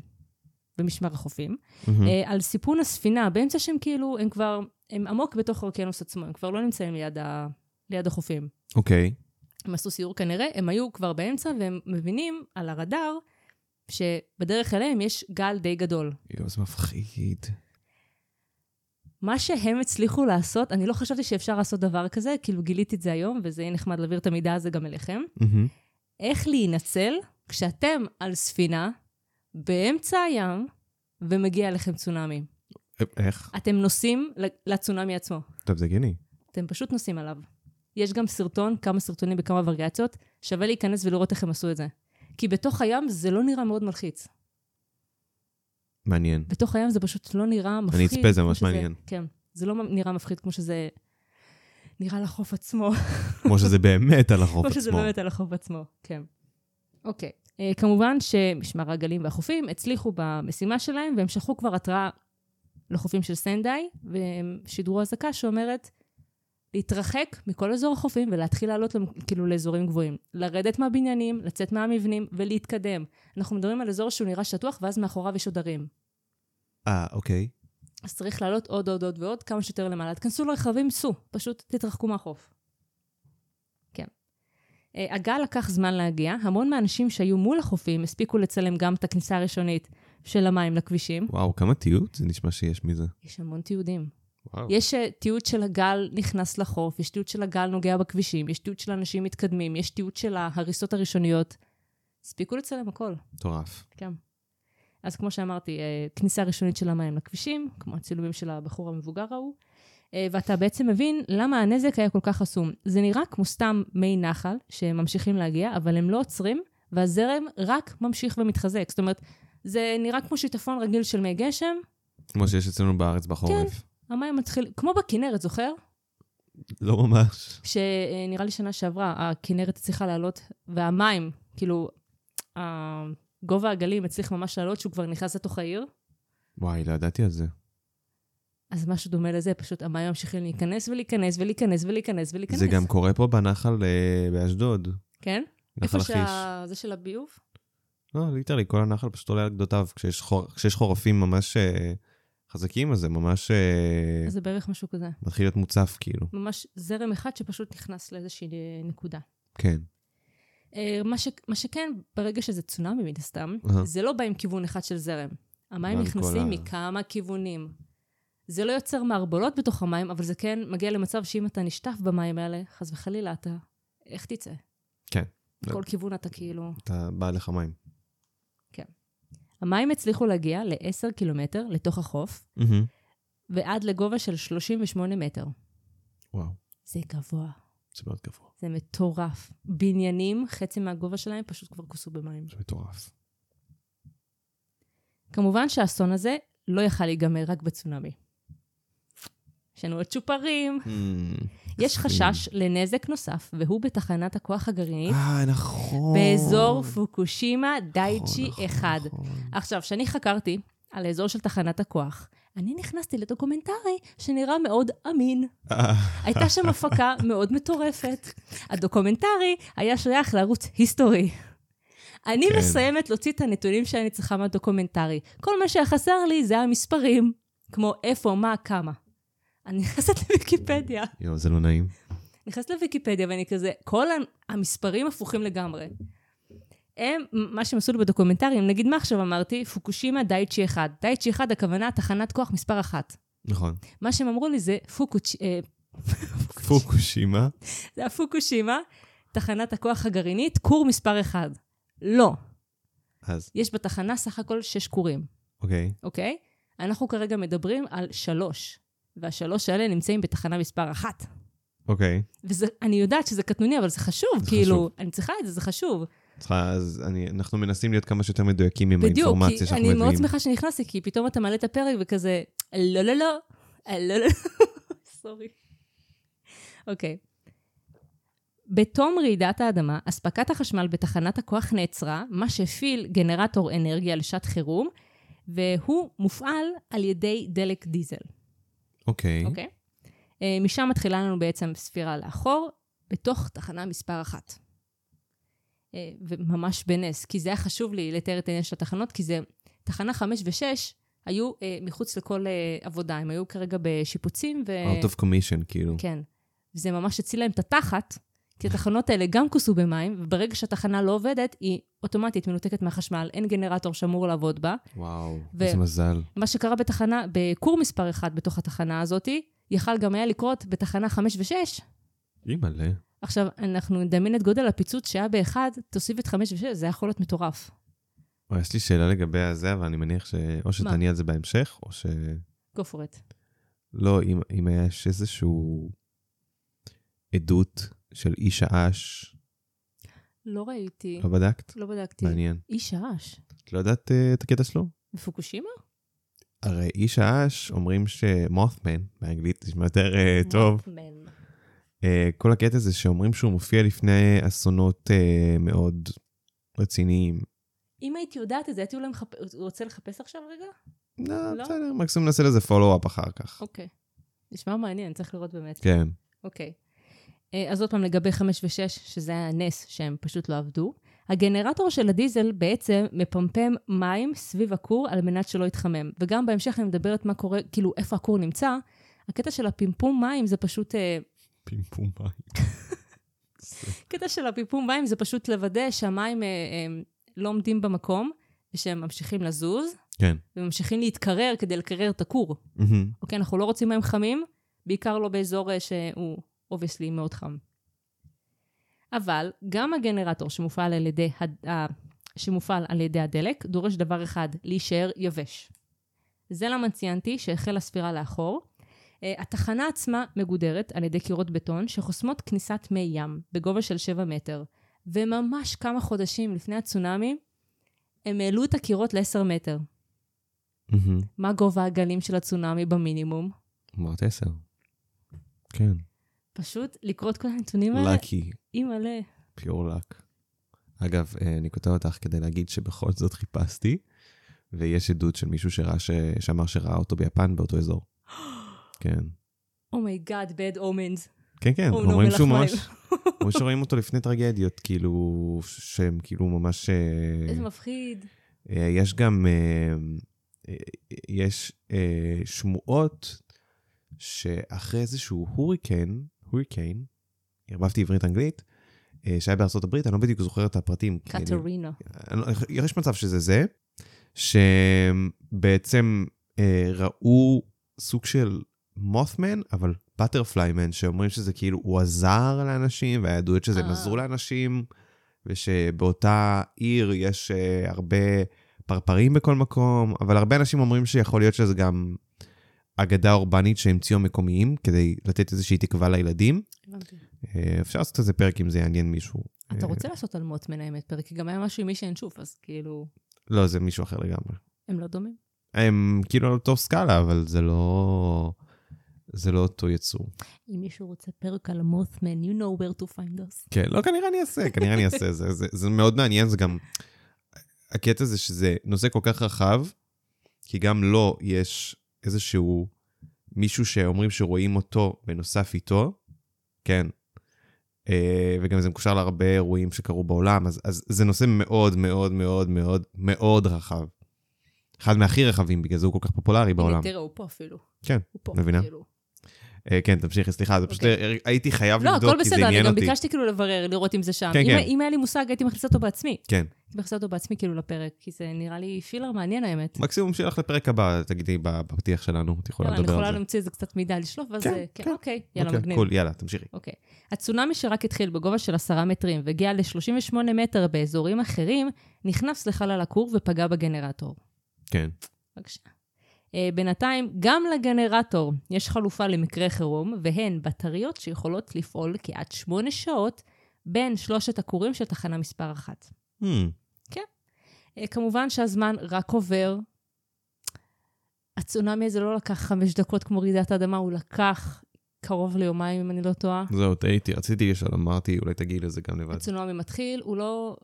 ומשמר החופים,
מהמם.
אה, על סיפון הספינה, באמצע שהם כאילו, הם כבר, הם עמוק בתוך האוקיינוס עצמו, הם כבר לא נמצאים ליד, ה, ליד החופים.
אוקיי.
הם עשו סיור כנראה, הם היו כבר באמצע, והם מבינים על הרדאר שבדרך אליהם יש גל די גדול.
יואו, זה מפחיד.
מה שהם הצליחו לעשות, אני לא חשבתי שאפשר לעשות דבר כזה, כאילו גיליתי את זה היום, וזה יהיה נחמד להעביר את המידע הזה גם אליכם.
מהמם.
איך להינצל כשאתם על ספינה באמצע הים ומגיע אליכם צונאמי.
אה, איך?
אתם נוסעים לצונאמי עצמו.
טוב, זה הגיוני.
אתם פשוט נוסעים עליו. יש גם סרטון, כמה סרטונים בכמה וריאציות, שווה להיכנס ולראות איך הם עשו את זה. כי בתוך הים זה לא נראה מאוד מלחיץ.
מעניין.
בתוך הים זה פשוט לא נראה מפחיד.
אצפה, זה
כמו
ממש
שזה-
מעניין.
כן, זה לא נראה מפחיד כמו שזה נראה לחוף עצמו.
כמו שזה באמת על החוף
כמו שזה
עצמו.
באמת על החוף עצמו, כן. אוקיי. אה, כמובן שמשמר הגלים והחופים הצליחו במשימה שלהם, והם שלחו כבר התראה לחופים של סנדאי, והם שידרו אזעקה שאומרת להתרחק מכל אזור החופים ולהתחיל לעלות למ- כאילו לאזורים גבוהים. לרדת מהבניינים, לצאת מהמבנים ולהתקדם. אנחנו מדברים על אזור שהוא נראה שטוח, ואז מאחוריו יש עוד ערים.
אה, אוקיי.
אז צריך לעלות עוד, עוד, עוד ועוד, כמה שיותר למעלה. תכנסו לרכבים, סעו, פשוט תתרחקו מהחוף. כן. אה, הגל לקח זמן להגיע, המון מהאנשים שהיו מול החופים הספיקו לצלם גם את הכניסה הראשונית של המים לכבישים.
וואו, כמה תיעוד? זה נשמע שיש מזה.
יש המון תיעודים.
וואו.
יש אה, תיעוד של הגל נכנס לחוף, יש תיעוד של הגל נוגע בכבישים, יש תיעוד של אנשים מתקדמים, יש תיעוד של ההריסות הראשוניות. הספיקו לצלם הכל.
מטורף.
כן. אז כמו שאמרתי, אה, כניסה ראשונית של המים לכבישים, כמו הצילומים של הבחור המבוגר ההוא, אה, ואתה בעצם מבין למה הנזק היה כל כך חסום. זה נראה כמו סתם מי נחל שממשיכים להגיע, אבל הם לא עוצרים, והזרם רק ממשיך ומתחזק. זאת אומרת, זה נראה כמו שיטפון רגיל של מי גשם,
כמו שיש אצלנו בארץ בחורף.
המים מתחיל, כמו בכנרת, זוכר? כן.
לא ממש.
שנראה לי שנה שעברה, הכנרת הצליחה לעלות, והמים, כאילו, ה- גובה הגלים הצליח ממש לעלות, שהוא כבר נכנס לתוך העיר.
וואי, לא ידעתי על זה.
אז משהו דומה לזה, פשוט המים ממשיכים להיכנס ולהיכנס ולהיכנס ולהיכנס ולהיכנס.
זה גם קורה פה בנחל אה, באשדוד.
כן?
נחל
איפה
לכיש.
שה... זה של הביוב?
לא, ליטרלי, כל הנחל פשוט עולה על גדותיו. כשיש חור- כשיש חורפים ממש אה, חזקים, אז זה ממש אה,
אז זה בערך משהו כזה.
מתחיל להיות מוצף, כאילו.
ממש זרם אחד שפשוט נכנס לאיזושהי אה, נקודה.
כן.
אה, מה, ש... מה שכן, ברגע שזה צונאמי מן הסתם,
אהה.
זה לא בא עם כיוון אחד של זרם. המים
אבל
נכנסים
אה. כל ה-
מכמה כיוונים. זה לא יוצר מערבולות בתוך המים, אבל זה כן מגיע למצב שאם אתה נשטף במים האלה, חס וחלילה אתה, איך תצא?
כן.
כל כיוון אתה כאילו...
אתה בא לך מים.
המים הצליחו להגיע ל-10 קילומטר לתוך החוף,
מהמם.
ועד לגובה של 38 מטר.
וואו,
זה גבוה,
זה מאוד גבוה.
זה מטורף. בניינים, חצי מהגובה שלהם פשוט כבר כוסו במים.
זה מטורף.
כמובן שהאסון הזה לא יכל להיגמר רק בצונאמי. יש לנו עוד צ'ופרים. יש חשש לנזק נוסף, והוא בתחנת הכוח הגרעינית
אה, נכון.
באזור פוקושימה דייצ'י
נכון,
1.
נכון.
עכשיו, כשאני חקרתי על האזור של תחנת הכוח, אני נכנסתי לדוקומנטרי שנראה מאוד אמין.
אה,
הייתה שם הפקה מאוד מטורפת. הדוקומנטרי היה שייך לערוץ היסטורי. אני
כן.
מסיימת להוציא את הנתונים שאני צריכה מהדוקומנטרי. כל מה שהיה חסר לי זה המספרים, כמו איפה, מה, כמה. אני נכנסת לוויקיפדיה.
יואו, זה לא נעים.
נכנסת לוויקיפדיה ואני כזה, כל ה- המספרים הפוכים לגמרי. הם, מה שהם עשו לי בדוקומנטרים, נגיד מה עכשיו אמרתי? פוקושימה דייצ'י 1. דייצ'י 1, הכוונה תחנת כוח מספר 1.
נכון.
מה שהם אמרו לי זה פוקוצ'... אה,
פוקושימה.
זה הפוקושימה, תחנת הכוח הגרעינית, כור מספר 1. לא,
אז,
יש בתחנה סך הכל 6 כורים,
אוקיי.
אוקיי? אנחנו כרגע מדברים על 3, והשלוש האלה נמצאים בתחנה מספר 1.
אוקיי.
ואני יודעת שזה קטנוני, אבל זה חשוב,
זה
כאילו,
חשוב.
אני צריכה את זה, זה חשוב.
צריכה, אז אני- אנחנו מנסים להיות כמה שיותר מדויקים עם
בדיוק,
האינפורמציה
כי
שאנחנו
אני
מביאים.
מאוד שמחה שנכנסתי, כי פתאום אתה מעלה את הפרק וכזה, לא, לא, לא, אה, לא, לא, לא, סורי. אוקיי. בתום רעידת האדמה, אספקת החשמל בתחנת הכוח נעצרה, מה שהפעיל גנרטור אנרגיה לשעת חירום, והוא מופעל על ידי דלק דיזל,
אוקיי.
אוקיי? אה, משם מתחילה לנו בעצם ספירה לאחור, בתוך תחנה מספר אחת. אה, וממש בנס, כי זה היה חשוב לי לתאר את העניין של התחנות, כי זה, תחנה חמש ושש היו אה, מחוץ לכל אה, עבודה, הם היו כרגע בשיפוצים, ו...
Out of commission, כאילו.
כן. זה ממש הציל להם את התחת, כי התחנות האלה גם כוסו במים, וברגע שהתחנה לא עובדת, היא אוטומטית מנותקת מהחשמל, אין גנרטור שאמור לעבוד בה.
וואו,
כן. ו-
איזה מזל.
מה שקרה בתחנה, בכור מספר 1 בתוך התחנה הזאתי, יכל גם היה לקרות בתחנה 5 ו-6.
אימא'לה.
עכשיו, אנחנו נדמיין את גודל הפיצוץ שהיה באחד, תוסיף את 5 ו-6, זה יכול להיות מטורף.
אוי, יש לי שאלה לגבי הזה, אבל אני מניח שאו שתעני על זה בהמשך, או ש...
go for it.
לא, אם, אם יש איזשהו עדות של איש האש,
לא ראיתי,
לא בדקת?
לא בדקתי.
מעניין.
איש האש.
את לא יודעת אה, את הקטע שלו?
בפוקושימה?
הרי איש האש אומרים שמות'מן, באנגלית נשמע יותר אה, טוב,
מוטמן.
אה, כל הקטע זה שאומרים שהוא מופיע לפני אסונות אה, מאוד רציניים.
אם הייתי יודעת את זה, הייתי אולי מחפ- רוצה לחפש עכשיו רגע?
לא,
לא?
בסדר, מקסימום נעשה לזה follow-up אחר כך.
אוקיי. נשמע מעניין, צריך לראות באמת.
כן.
אוקיי. אה, אז עוד פעם, לגבי 5 ו-6, שזה היה נס שהם פשוט לא עבדו, הגנרטור של הדיזל בעצם מפמפם מים סביב הכור על מנת שלא יתחמם. וגם בהמשך אני מדברת מה קורה, כאילו, איפה הכור נמצא. הקטע של הפימפום מים זה פשוט... אה,
פימפום מים.
הקטע של הפיפום מים זה פשוט לוודא שהמים אה, אה, לא עומדים במקום, ושהם ממשיכים לזוז,
כן.
וממשיכים להתקרר כדי לקרר את הכור.
מהמם.
אוקיי, אנחנו לא רוצים מים חמים, בעיקר לא באזור אה, שהוא אובייסלי מאוד חם. אבל גם הגנרטור שמופעל על ידי, הד... ה- שמופעל על ידי הדלק דורש דבר אחד, להישאר יבש. זה למה ציינתי שהחלה ספירה לאחור. אה, התחנה עצמה מגודרת על ידי קירות בטון שחוסמות כניסת מי ים בגובה של 7 מטר, וממש כמה חודשים לפני הצונאמי הם העלו את הקירות ל-10 מטר.
מהמם.
מה גובה הגלים של הצונאמי במינימום?
אמרת עשר. כן.
פשוט לקרוא את כל הנתונים האלה,
לקי,
אימא'לה.
פיור לק. אגב, אה, אני כותב אותך כדי להגיד שבכל זאת חיפשתי, ויש עדות של מישהו שראה, ש... שאמר שראה אותו ביפן באותו אזור. כן.
אומייגאד, Oh bad omens.
כן, כן,
הוא לא
אומרים שהוא
מלח
ממש... אומרים שרואים אותו לפני טרגדיות, כאילו, ש- שהם כאילו ממש... אה,
איזה מפחיד.
אה, יש גם, אה, אה, יש אה, שמועות שאחרי איזשהו הוריקן, הוריקן, ערבבתי עברית-אנגלית, אה, שהיה בארצות הברית, אני לא בדיוק זוכר את הפרטים. כי אני-
קטרינה.
אני לא- יש מצב שזה זה, שבעצם אה, ראו סוג של מות'מן, אבל בטרפליימן, שאומרים שזה כאילו, הוא עזר לאנשים, והיה עדויות שזה הם
אה.
עזרו לאנשים, ושבאותה עיר יש אה, הרבה פרפרים בכל מקום, אבל הרבה אנשים אומרים שיכול להיות שזה גם אגדה אורבנית שהמציאו המקומיים, כדי לתת איזושהי תקווה לילדים. אה, אפשר לעשות איזה פרק אם זה יעניין מישהו.
אתה
אה,
רוצה לעשות על מוטמן האמת פרק, כי גם היה משהו עם מי שינשוף, אז כאילו,
לא, זה מישהו אחר לגמרי.
הם לא דומים.
הם כאילו על אותו סקאלה, אבל זה לא... זה לא אותו יצור.
אם מישהו רוצה פרק על מות'מן, you know where to find us.
כן, לא, כנראה אני אעשה, כנראה אני אעשה. זה, זה, זה מאוד מעניין, זה גם... הקטע זה שזה נושא כל כך רחב, כי גם לו יש איזשהו מישהו שאומרים שרואים אותו בנוסף איתו, כן. אה, וגם זה מקושר להרבה אירועים שקרו בעולם, אז, אז זה נושא מאוד מאוד מאוד מאוד מאוד רחב. אחד מהכי רחבים, בגלל זה הוא כל כך פופולרי בעולם.
הנה, תראה, הוא פה אפילו.
כן,
הוא פה,
מבינה.
כאילו.
אה, כן, תמשיכי, סליחה, זה פשוט אה, הייתי חייב
לא,
לבדוק,
הכל
כי זה
בסדר, אני
עניין
גם
אותי.
ביקשתי כאילו לברר, לראות אם זה שם.
כן,
אם-
כן.
אם היה לי מושג, הייתי מכניסה אותו בעצמי.
כן.
הייתי מכניסה אותו בעצמי כאילו לפרק, כי זה נראה לי פילר מעניין האמת.
מקסימום שלך לפרק הבא, תגידי בפתיח שלנו, את יכולה
יאללה, אני
לדבר
יכולה
על זה.
להמציא איזה קצת מידע לשלוף, ואז...
כן,
אה, כן,
כן.
אוקיי, יאללה,
אוקיי,
מגניב.
קול, יאללה, תמשיכי.
אוקיי. הצונאמי שרק התחיל בגובה של עשרה מטרים והגיע ל-38 מטר באזורים אחרים, נכנס לחלל הכור ופגע בגנרטור.
כן.
בבקשה. אה, בינתיים, גם לגנרטור יש חלופה למקרה חירום, והן בטריות שיכולות לפעול כעד שמונה שעות בין שלושת הכורים של תחנה מספר אחת.
Hmm,
אה, כמובן שהזמן רק עובר. הצונאמי הזה לא לקח חמש דקות כמו רעידת אדמה, הוא לקח קרוב ליומיים, אם אני לא טועה.
זהו, טעיתי, רציתי לשאול, אמרתי, אולי תגיעי לזה גם לבד.
הצונאמי מתחיל, הוא לא...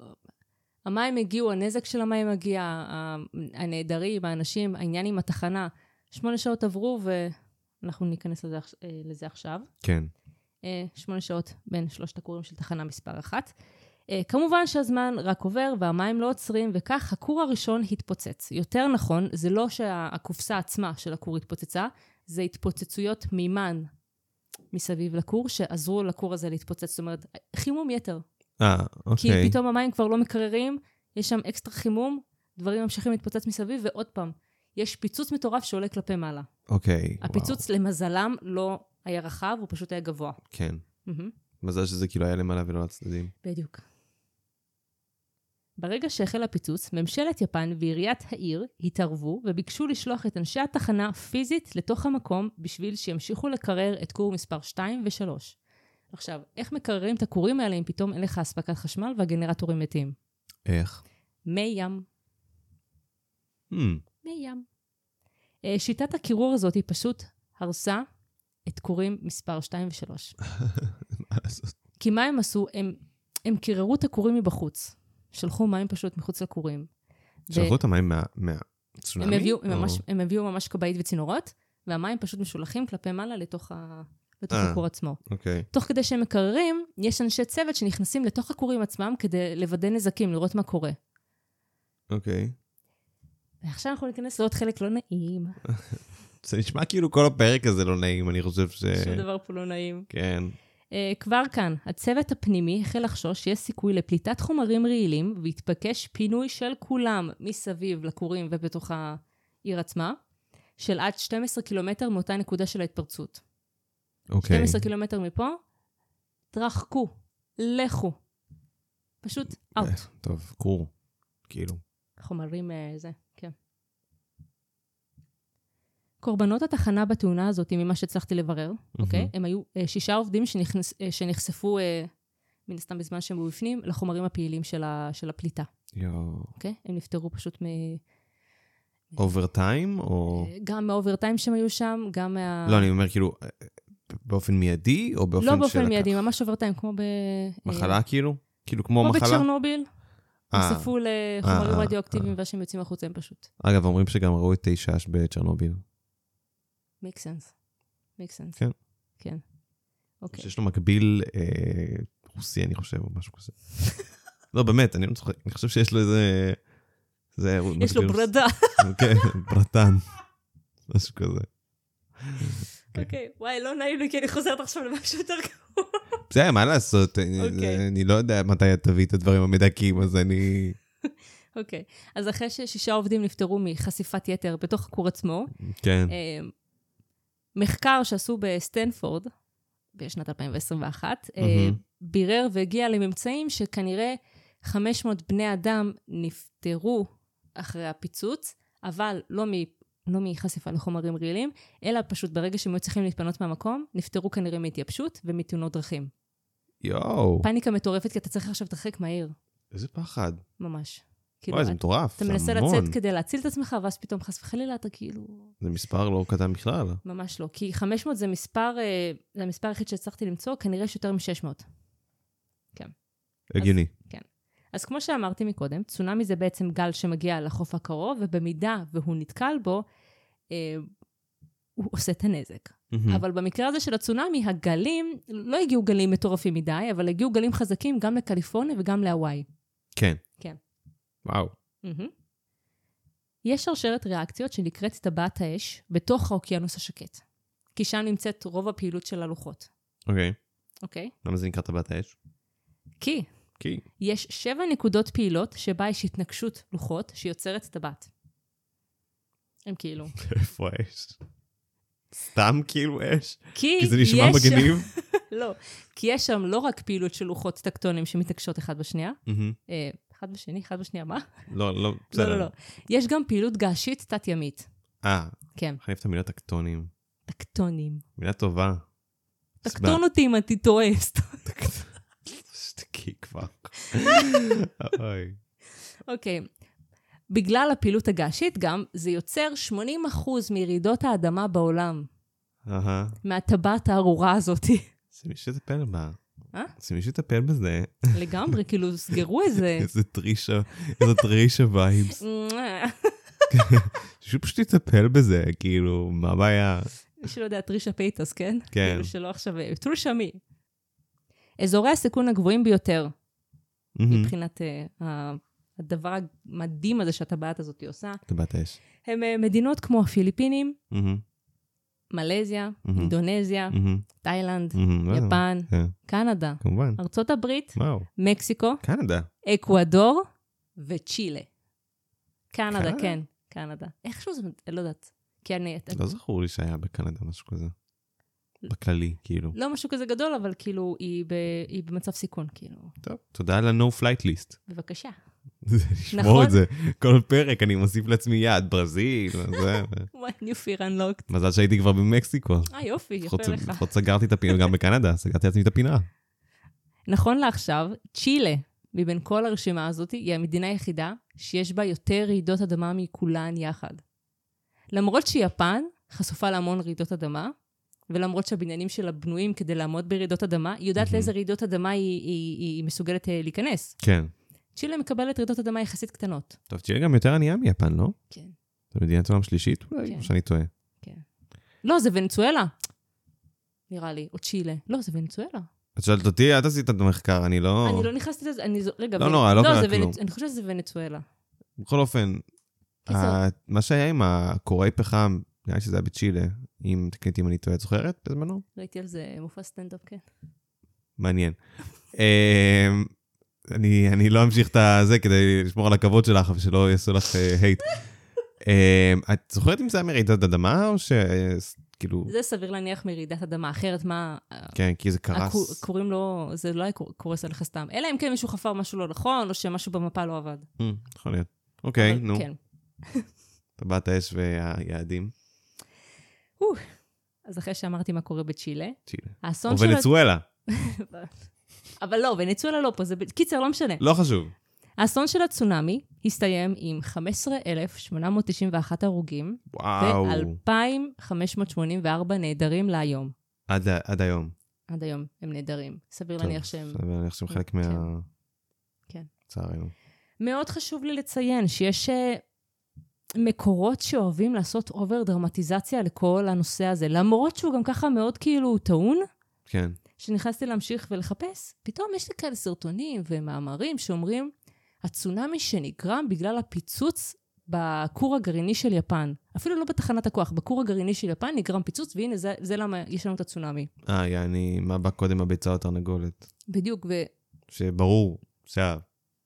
המים הגיעו, הנזק של המים הגיע, ה- הנעדרים, האנשים, העניין עם התחנה. שמונה שעות עברו, ואנחנו ניכנס לזה, עכש- אה, לזה עכשיו.
כן.
אה, שמונה שעות בין שלושת הכורים של תחנה מספר אחת. אה, כמובן שהזמן רק עובר והמים לא עוצרים, וכך הכור הראשון התפוצץ. יותר נכון, זה לא שהקופסה עצמה של הכור התפוצצה, זה התפוצצויות מימן מסביב לכור, שעזרו לכור הזה להתפוצץ. זאת אומרת, חימום יתר.
אה,
כי
אוקיי.
פתאום המים כבר לא מקררים, יש שם אקסטרה חימום, דברים ממשיכים להתפוצץ מסביב, ועוד פעם, יש פיצוץ מטורף שעולה כלפי מעלה.
אוקיי. וואו,
הפיצוץ, למזלם, לא היה רחב, הוא פשוט היה גבוה.
כן.
מהמם.
מזל שזה כאילו היה למעלה ולא לצדדים.
בדיוק. ברגע שהחל הפיצוץ, ממשלת יפן ועיריית העיר התערבו וביקשו לשלוח את אנשי התחנה פיזית לתוך המקום בשביל שימשיכו לקרר את כור מספר 2 ו-3. עכשיו, איך מקררים את הכורים האלה אם פתאום אין לך אספקת חשמל והגנרטורים מתים?
איך?
מי ים.
Hmm,
מי ים. אה, שיטת הקירור הזאת היא פשוט הרסה את כורים מספר 2 ו-3.
מה לעשות?
כי מה הם עשו? הם, הם קיררו את הכורים מבחוץ. שלחו מים פשוט מחוץ לכורים.
שלחו את המים מה-
הם
מהצונאמי?
הביאו, הם,
או-
ממש, הם הביאו ממש כבאית וצינורות, והמים פשוט משולחים כלפי מעלה לתוך, ה, לתוך
אה.
הכור עצמו.
אוקיי.
תוך כדי שהם מקררים, יש אנשי צוות שנכנסים לתוך הכורים עצמם כדי לוודא נזקים, לראות מה קורה.
אוקיי.
ועכשיו אנחנו ניכנס לעוד חלק לא נעים.
זה נשמע כאילו כל הפרק הזה לא נעים, אני חושב ש...
שום דבר פה לא נעים.
כן.
אה, כבר כאן, הצוות הפנימי החל לחשוש שיש סיכוי לפליטת חומרים רעילים והתבקש פינוי של כולם מסביב לכורים ובתוך העיר עצמה, של עד 12 קילומטר מאותה נקודה של ההתפרצות.
אוקיי.
12 קילומטר מפה, תרחקו, לכו. פשוט אאוט.
אה, טוב, קור. כאילו.
חומרים אה, זה, כן. קורבנות התחנה בתאונה הזאת, ממה שהצלחתי לברר, אוקיי? הם היו אה, שישה עובדים שנכנס, אה, שנחשפו, אה, מן הסתם בזמן שהם היו בפנים, לחומרים הפעילים של, ה, של הפליטה,
יואו.
אוקיי? הם נפטרו פשוט מ...
אוברטיים או...
אה, גם מהאוברטיים שהם היו שם, גם מה...
לא, אני אומר כאילו, אה, באופן מיידי או באופן
לא באופן
שלקח?
מיידי, ממש אוברטיים, כמו ב... אה,
מחלה כאילו? כאילו כמו
כמו
מחלה?
בצ'רנוביל,
אה,
נחשפו
אה,
לחומרים
אה,
רדיואקטיביים והשם יוצאים החוצה, הם פשוט.
אגב, אומרים שגם ראו את תשע אש בצ'רנוביל.
אוקיי. make sense. make sense.
כן.
כן. אוקיי.
שיש לו מקביל אה, רוסי, אני חושב, או משהו כזה. לא, באמת, אני לא צוחק, אני חושב שיש לו איזה... זה
יש
מקביל
לו
רוסי.
ברדה.
כן, ברטן. משהו כזה. כן.
אוקיי, וואי, לא נעים לי, כי אני חוזרת עכשיו למשהו יותר גרוע.
בסדר, מה לעשות? אני-
אוקיי.
אני לא יודע מתי את תביא את הדברים המדכאים, אז אני...
אוקיי, אז אחרי ששישה עובדים נפטרו מחשיפת יתר בתוך הכור עצמו,
כן.
אה, מחקר שעשו בסטנפורד בשנת 2021, אה,
מהמם.
בירר והגיע לממצאים שכנראה 500 בני אדם נפטרו אחרי הפיצוץ, אבל לא, מ, לא מחשיפה לחומרים רעילים, אלא פשוט ברגע שהם היו צריכים להתפנות מהמקום, נפטרו כנראה מהתייבשות ומתאונות דרכים.
יואו,
פאניקה מטורפת, כי אתה צריך עכשיו להתרחק מהעיר,
איזה פחד.
ממש. כאילו,
וואי, זה
את-
מטורף,
אתה
זה
מנסה
המון.
לצאת כדי להציל את עצמך, ואז פתאום חס וחלילה אתה כאילו...
זה מספר לא קטן בכלל.
ממש לא. כי 500 זה מספר, אה, זה המספר היחיד שהצלחתי למצוא, כנראה שיותר מ-600.
הגיוני.
אז כמו שאמרתי מקודם, צונאמי זה בעצם גל שמגיע לחוף הקרוב, ובמידה והוא נתקל בו, אה, הוא עושה את הנזק.
מהמם.
אבל במקרה הזה של הצונאמי, הגלים, לא הגיעו גלים מטורפים מדי, אבל הגיעו גלים חזקים גם לקליפורניה וגם להוואי.
כן.
כן.
וואו.
מהמם. יש שרשרת ריאקציות שנקראת טבעת האש בתוך האוקיינוס השקט, כי שם נמצאת רוב הפעילות של הלוחות,
אוקיי.
אוקיי?
למה זה נקרא טבעת האש?
כי
כי...
יש שבע נקודות פעילות שבה יש התנגשות לוחות שיוצרת טבעת. הם כאילו...
איפה האש? סתם כאילו אש?
כי,
כי זה נשמע
יש שם-
מגניב.
לא. כי יש שם לא רק פעילות של לוחות טקטונים שמתנגשות אחד בשנייה,
מהמם.
אה, אחד בשני, אחד בשנייה, מה?
Mm-hmm. לא, לא,
לא,
בסדר.
לא, לא. יש גם פעילות געשית תת-ימית.
אה,
כן,
חייב את המילה טקטונים.
טקטונים.
מילה טובה.
טקטון אותי אם אתה טועה. סתם.
שתקי כבר. אוי.
אוקיי. בגלל הפעילות הגעשית גם, זה יוצר 80% מרעידות האדמה בעולם,
אהה.
מהטבעת הארורה הזאת.
זה מישהו יטפל בה.
אה?
זה מישהו יטפל בזה.
לגמרי, כאילו, סגרו איזה...
איזה טרישה, איזה טרישה וייבס. שהוא פשוט יטפל בזה, כאילו, מה הבעיה?
מי שלא יודע, טרישה פייטס, כן?
כן.
אה,
Mm-hmm.
כאילו שלא עכשיו... טרישה מי. אזורי הסיכון הגבוהים ביותר
מהמם.
מבחינת אה, ה- הדבר המדהים הזה שהטבעת הזאת עושה.
טבעת האש.
הם אה, מדינות כמו הפיליפינים,
מהמם,
מלזיה,
מהמם.
אינדונזיה,
מהמם,
תאילנד,
מהמם. לא יודע.
יפן,
Mm-hmm. כן,
קנדה,
כמובן.
ארצות הברית,
וואו.
מקסיקו,
קנדה.
אקוודור וצ'ילה. קנדה,
קנדה?
כן, קנדה. איכשהו זה, לא יודעת. כי אני...
לא זכור לי שהיה בקנדה משהו כזה. בכללי, כאילו.
לא משהו כזה גדול, אבל כאילו, היא, ב... היא במצב סיכון, כאילו.
טוב, תודה על ה-No Flight List.
בבקשה.
לשמור
נכון.
את זה. כל פרק אני מוסיף לעצמי יעד, ברזיל, זה.
וואי, new fear unlocked.
מזל שהייתי כבר במקסיקו.
אה, יופי, יפה
לפחות-
לך.
לפחות סגרתי את הפינה, גם בקנדה, סגרתי לעצמי את הפינה.
נכון לעכשיו, צ'ילה, מבין כל הרשימה הזאת, היא המדינה היחידה שיש בה יותר רעידות אדמה מכולן יחד. למרות שיפן חשופה להמון רעידות אדמה, ולמרות שהבניינים שלה בנויים כדי לעמוד ברעידות אדמה, היא יודעת
מהמם.
לאיזה רעידות אדמה היא, היא, היא, היא מסוגלת אה, להיכנס.
כן.
צ'ילה מקבלת רעידות אדמה יחסית קטנות.
טוב, תהיה גם יותר ענייה מיפן, לא?
כן.
זו מדינת עולם שלישית אולי,
כן.
או שאני טועה.
לא, זה ונצואלה. נראה לי, או צ'ילה. לא, זה ונצואלה.
את שואלת אותי, את עשית את המחקר, אני לא...
אני לא נכנסתי לזה, אני... זו- רגע,
לא
ו-
נורא, לא קרה
זה ונצ-
כלום.
אני חושבת שזה ונצואלה.
בכל אופן,
קיצור.
ה- מה שהיה עם הקוראי פחם, נראה לי שזה היה בצ'ילה, אם תקני אותי אם אני טועה, את זוכרת בזמנו?
ראיתי על זה מופע סטנדאפ, כן.
מעניין. אמ, אני, אני לא אמשיך את הזה כדי לשמור על הכבוד שלך ושלא יעשו לך אה, הייט. אמ, את זוכרת אם זה היה מרעידת אדמה או ש... אה, ס- כאילו,
זה סביר להניח מרעידת אדמה, אחרת מה...
כן, כי זה
הקו-
קרס.
קוראים לו, זה לא היה קור- קורס עליך סתם. אלא אם כן מישהו חפר משהו לא נכון, או שמשהו במפה לא עבד.
אמ, יכול להיות. אוקיי,
אבל
נו,
כן.
טבעת האש והיעדים.
אז אחרי שאמרתי מה קורה בצ'ילה,
צ'ילה.
האסון
או
של...
ונצואלה,
אבל לא, ונצואלה לא פה, זה... ב- קיצר, לא משנה.
לא חשוב.
האסון של הצונאמי הסתיים עם 15,891 הרוגים,
וואו,
ו-2,584 נעדרים להיום.
עד ה- עד היום.
עד היום הם נעדרים. סביר
טוב,
להניח שהם...
סביר להניח שהם חלק
כן.
מה...
כן.
לצערנו.
מאוד חשוב לי לציין שיש אה, מקורות שאוהבים לעשות אובר דרמטיזציה לכל הנושא הזה, למרות שהוא גם ככה מאוד כאילו טעון,
כן.
שנכנסתי להמשיך ולחפש, פתאום יש לי כאלה סרטונים ומאמרים שאומרים, הצונאמי שנגרם בגלל הפיצוץ בכור הגרעיני של יפן, אפילו לא בתחנת הכוח, בכור הגרעיני של יפן נגרם פיצוץ, והנה זה, זה למה יש לנו את הצונאמי.
אה, יעני, מה בא קודם, הביצה או התרנגולת?
בדיוק,
שברור, שה...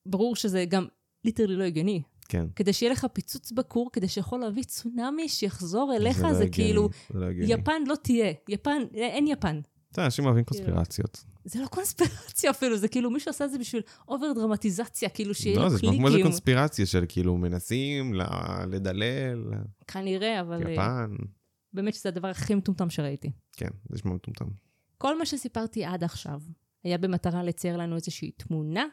וברור שזה גם ליטרלי לא הגיוני.
כן.
כדי שיהיה לך פיצוץ בכור, כדי שיכול להביא צונאמי שיחזור אליך,
לא
זה, זה
הגיוני,
כאילו,
זה לא הגיוני.
יפן לא תהיה. יפן, אין יפן.
אתה יודע, אנשים אוהבים
כאילו,
קונספירציות.
זה לא קונספירציה אפילו, זה כאילו מישהו עשה את זה בשביל אובר דרמטיזציה, כאילו שיהיה לו
לא, זה נשמע כמו איזה
קליקים.
קונספירציה של כאילו מנסים ל- לדלל,
כנראה, אבל אה,
יפן.
באמת שזה הדבר הכי מטומטם שראיתי.
כן, זה נשמע מטומטם.
כל מה שסיפרתי עד עכשיו היה במטרה לצייר לנו איזושהי תמונה,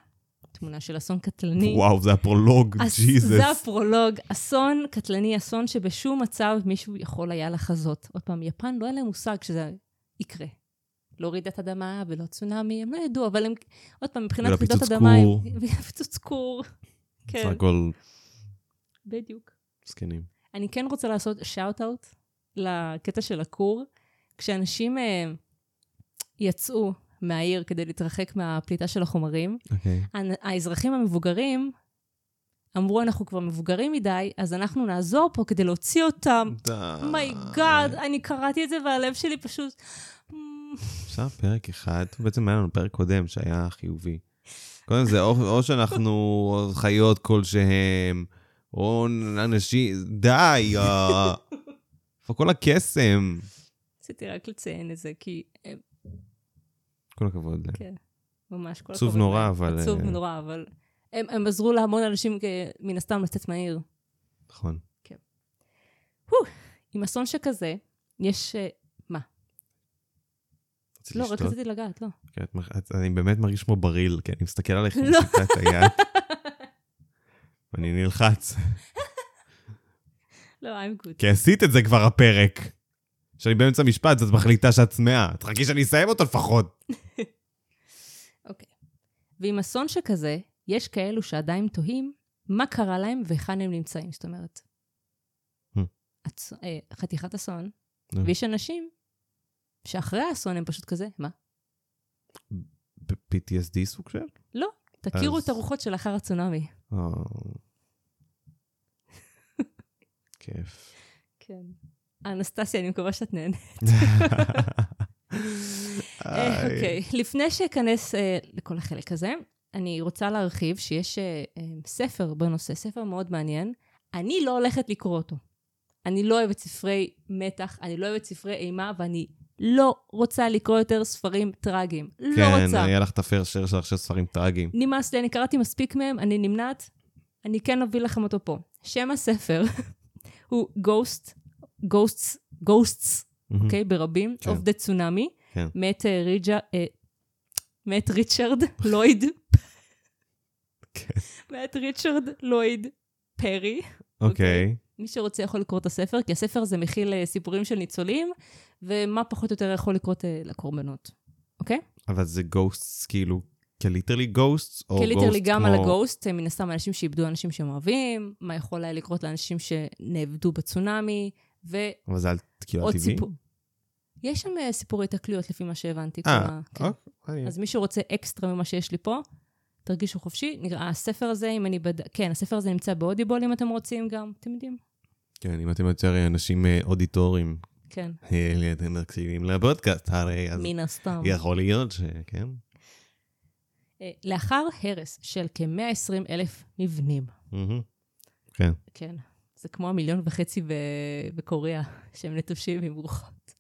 תמונה של אסון קטלני.
וואו, זה הפרולוג,
אס- זה
ג'יזוס.
הפרולוג, אסון קטלני, אסון שבשום מצב מישהו יכול היה לחזות. עוד פעם, יפן לא היה להם מושג שזה יקרה. לא רעידת אדמה ולא צונאמי, הם לא ידעו, אבל הם, עוד פעם, מבחינת
ולא
רעידות
פיצוץ
אדמה, הם-
כור.
ופיצוץ כור.
בסך
כן,
הכל
בדיוק.
זקנים.
אני כן רוצה לעשות שאוט-אאוט לקטע של הכור. כשאנשים אה, יצאו מהעיר כדי להתרחק מהפליטה של החומרים,
אוקיי.
הנ- האזרחים המבוגרים אמרו, אנחנו כבר מבוגרים מדי, אז אנחנו נעזור פה כדי להוציא אותם. מייגאד, אני קראתי את זה והלב שלי פשוט...
אפשר פרק אחד? בעצם היה לנו פרק קודם שהיה חיובי. קודם זה או, או שאנחנו חיות כלשהם, או אנשים, די, אה. איפה כל הקסם?
רציתי רק לציין את זה, כי אה,
כל הכבוד.
כן. ממש כל
עצוב
הכבוד
נורא,
להם.
אבל,
עצוב
אה,
נורא, אבל... הם, הם עזרו להמון אנשים, אה, מן הסתם, לצאת מהעיר.
נכון.
עם אסון שכזה, יש... אה,
רצית
לא, רק
לשתות?
רציתי לגעת, לא.
כן, את מח- את- אני באמת מרגיש כמו בריל, כי אני מסתכל עליך, אני
לא.
מחזיקה את היד. אני נלחץ.
לא, I'm good.
כי עשית את זה כבר הפרק. כשאני באמצע משפט, את מחליטה שאת צמאה. תחכי שאני אסיים אותו לפחות.
ועם אסון שכזה, יש כאלו שעדיין תוהים מה קרה להם והיכן הם נמצאים, זאת אומרת.
Hmm.
הצ... אה, חתיכת אסון,
נו.
ויש אנשים שאחרי האסון הם פשוט כזה, מה?
ב- PTSD סוג של?
תכירו
אז-
את הרוחות של אחר הצונאמי.
אה. כיף.
כן. אנסטסיה, אני מקווה שאת נהנית. אה,
איי.
אוקיי, לפני שאכנס אה, לכל החלק הזה, אני רוצה להרחיב שיש אה, אה, ספר בנושא, ספר מאוד מעניין. אני לא הולכת לקרוא אותו. אני לא אוהבת ספרי מתח, אני לא אוהבת ספרי אימה, ואני לא רוצה לקרוא יותר ספרים טראגיים. לא
כן,
רוצה.
היה לך את הפייר שייר שלך של ספרים טראגיים.
נמאס לי, אני קראתי מספיק מהם, אני נמנעת. אני כן אביא לכם אותו פה. שם הספר הוא Ghost, Ghosts, Ghosts
מהמם.
אוקיי? ברבים,
כן.
of the tsunami,
כן.
מאת אה, ריג'ה, אה, מאת ריצ'רד לויד,
כן.
מאת ריצ'רד לויד פרי.
אוקיי.
מי שרוצה יכול לקרוא את הספר, כי הספר הזה מכיל אה, סיפורים של ניצולים, ומה פחות או יותר יכול לקרות אה, לקורבנות. אוקיי?
אבל זה גוסטס, כאילו, כליטרלי גוסטס, או
כי
גוסט כמו...
ליטרלי גם על הגוסט, אה, מן הסתם אנשים שאיבדו אנשים שהם אוהבים, מה יכול היה לקרות לאנשים שנאבדו בצונאמי, ועוד
אבל זה על, כאילו, הטבעי?
סיפור. יש שם אה, סיפורי התקלויות לפי מה שהבנתי.
אה,
כלומר, כן.
אוקיי.
אז מי שרוצה אקסטרה ממה שיש לי פה, תרגישו חופשי. נראה, הספר הזה, אם אני בד... כן, הספר הזה נמצא באודיבול, אם אתם רוצים גם, אתם יודעים.
כן, אם אתם יותר אה, אנשים אה, אודיטורים,
כן,
אה, אתם מקשיבים לפודקאסט, הרי אז
מן הסתם.
יכול להיות כן? שכן.
אה, לאחר הרס של כ-120 אלף מבנים,
מהמם.
כן, זה כמו המיליון וחצי ב... בקוריאה, שהם נטושים עם רוחות.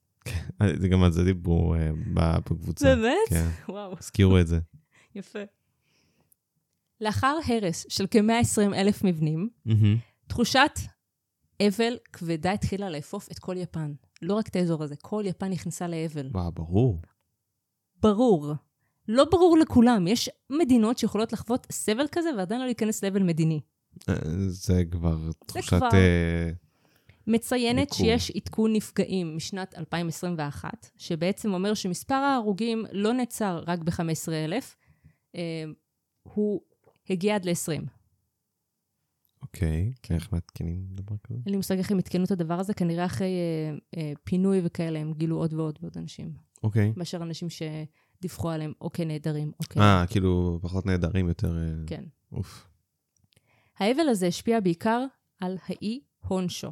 אה, זה גם על זה דיברו אה, ב- בקבוצה.
באמת?
כן,
וואו,
הזכירו את זה.
יפה. לאחר הרס של כ-120 אלף מבנים,
מהמם.
תחושת אבל כבדה התחילה לאפוף את כל יפן. לא רק את האזור הזה, כל יפן נכנסה לאבל.
וואו, ברור.
ברור. לא ברור לכולם, יש מדינות שיכולות לחוות סבל כזה ועדיין לא להיכנס לאבל מדיני.
אה, זה כבר תחושת...
כבר.
אה,
מציינת
ניכור.
שיש עדכון נפגעים משנת 2021, שבעצם אומר שמספר ההרוגים לא נעצר רק ב-15,000, אה, הוא הגיע עד ל-20.
אוקיי,
כן.
איך מעדכנים דבר כזה?
אין לי מושג איך הם עדכנו את הדבר הזה, כנראה אחרי אה, אה, פינוי וכאלה הם גילו עוד ועוד ועוד אנשים,
אוקיי.
מאשר אנשים שדיווחו עליהם "אוקיי, או כנעדרים או כ...
אה, כאילו, פחות נהדרים יותר... אה,
כן.
אוף.
האבל הזה השפיע בעיקר על האי הונשו,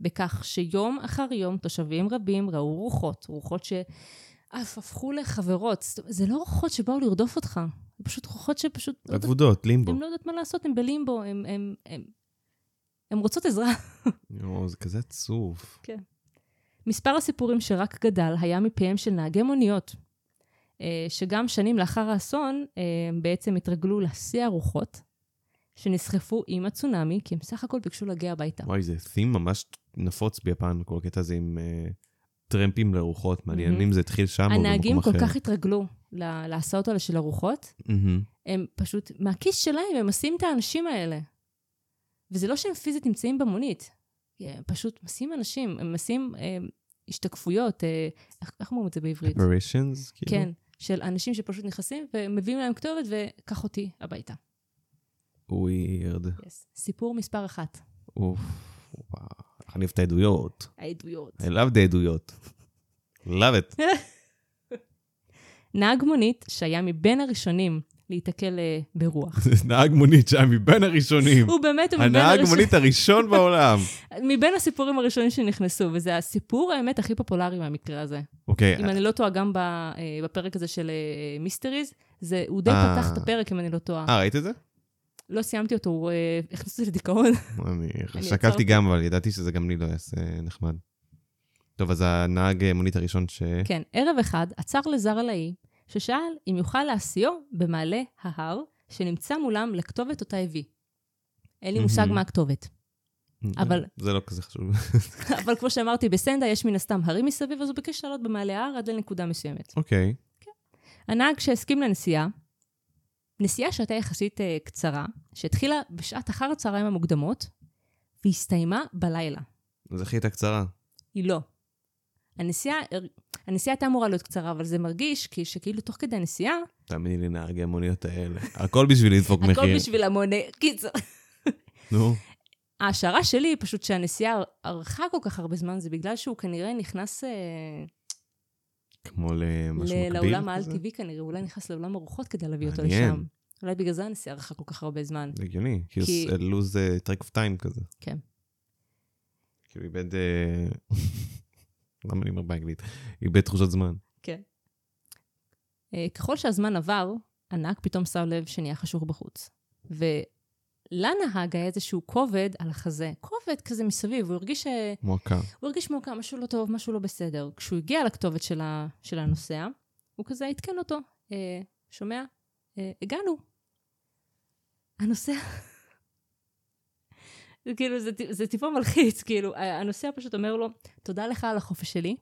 בכך שיום אחר יום תושבים רבים ראו רוחות, רוחות שאף הפכו לחברות. זאת אומרת, זה לא רוחות שבאו לרדוף אותך, זה פשוט רוחות שפשוט... לא יודעות-
אבודות, לימבו.
הן לא יודעות מה לעשות, הן בלימבו, הן- הן- הן- הן רוצות עזרה.
יואו, זה כזה עצוב.
מספר הסיפורים שרק גדל היה מפיהם של נהגי מוניות, אה, שגם שנים לאחר האסון אה, הם בעצם התרגלו לשיא הרוחות, שנסחפו עם הצונאמי, כי הם סך הכל ביקשו להגיע הביתה.
וואי, זה תים ממש נפוץ ביפן, כל הקטע הזה עם אה, טרמפים לרוחות, מעניין
מהמם.
אם זה התחיל שם או במקום אחר.
הנהגים כל כך התרגלו ל- להסעות האלה של הרוחות,
מהמם.
הם פשוט, מהכיס שלהם הם מסיעים את האנשים האלה. וזה לא שהם פיזית נמצאים במונית, הם פשוט מסיעים אנשים, הם מסיעים אה, השתקפויות, אה, איך, איך אומרים את זה בעברית?
Apparitions, כאילו?
כן, של אנשים שפשוט נכנסים ומביאים להם כתובת וקח אותי הביתה.
ווירד.
Yes. סיפור מספר אחת,
אוף, וואו. אני אוהב את העדויות.
העדויות.
I love the עדויות. love it.
נהג מונית שהיה מבין הראשונים להיתקל אה, ברוח.
זה נהג מונית שהיה מבין הראשונים.
הוא באמת, הוא מבין
הנהג
הראשונים.
מונית הראשון בעולם.
מבין הסיפורים הראשונים שנכנסו, וזה הסיפור האמת הכי פופולרי מהמקרה הזה.
אוקיי,
אם אני לא טועה, גם ב- אה, בפרק הזה של אה, מיסטריז, זה, הוא די
אה.
פתח את הפרק, אם אני לא טועה.
אה, ראית את זה?
לא סיימתי אותו, הוא אה, הכניס אותי לדיכאון.
אני
עצרתי.
שקלתי גם, אבל ידעתי שזה גם לי לא יעשה נחמד. טוב, אז הנהג אה, מונית הראשון ש...
כן, ערב אחד עצר לזר על האי, ששאל אם יוכל להסיעו במעלה ההר, שנמצא מולם לכתובת אותה הביא. אין לי מושג
מהמם.
מה הכתובת. אבל-
זה לא כזה חשוב.
אבל כמו שאמרתי, בסנדה יש מן הסתם הרים מסביב, אז הוא ביקש לעלות במעלה ההר עד לנקודה מסוימת.
אוקיי.
הנהג שהסכים לנסיעה, נסיעה שהייתה יחסית אה, קצרה, שהתחילה בשעת אחר הצהריים המוקדמות, והסתיימה בלילה.
אז איך הייתה קצרה?
היא לא. הנסיעה, הנסיעה הייתה אמורה להיות קצרה, אבל זה מרגיש כי- שכאילו תוך כדי הנסיעה,
תאמיני לי, נהגי המוניות האלה. הכל בשביל לדפוק
הכל
מחיר.
בשביל המונה, קיצר.
נו.
ההשערה שלי היא פשוט שהנסיעה ארכה כל כך הרבה זמן, זה בגלל שהוא כנראה נכנס אה,
כמו למשהו
ל-
מקביל.
לעולם
כזה?
העל-טבעי כנראה, הוא אולי נכנס לעולם הרוחות כדי להביא אותו
מעניין.
לשם. אולי בגלל זה הנסיעה ארכה כל כך הרבה זמן.
זה הגיוני, כאילו
כי-
לוז טרק אוף טיים כזה.
כן.
כאילו איבד... אה, למה אני אומר באנגלית? איבד תחושת זמן.
אה, ככל שהזמן עבר, הנהג פתאום שם לב שנהיה חשוך בחוץ. ולנהג היה איזשהו כובד על החזה, כובד כזה מסביב, הוא הרגיש, אה,
מועקה.
הוא הרגיש מוכר, משהו לא טוב, משהו לא בסדר. כשהוא הגיע לכתובת של, ה, של הנוסע, הוא כזה עדכן אותו, אה, שומע? אה, הגענו. הנוסע... זה כאילו, זה, טיפ- זה טיפה מלחיץ, כאילו, ה- הנוסע פשוט אומר לו, תודה לך על החופש שלי,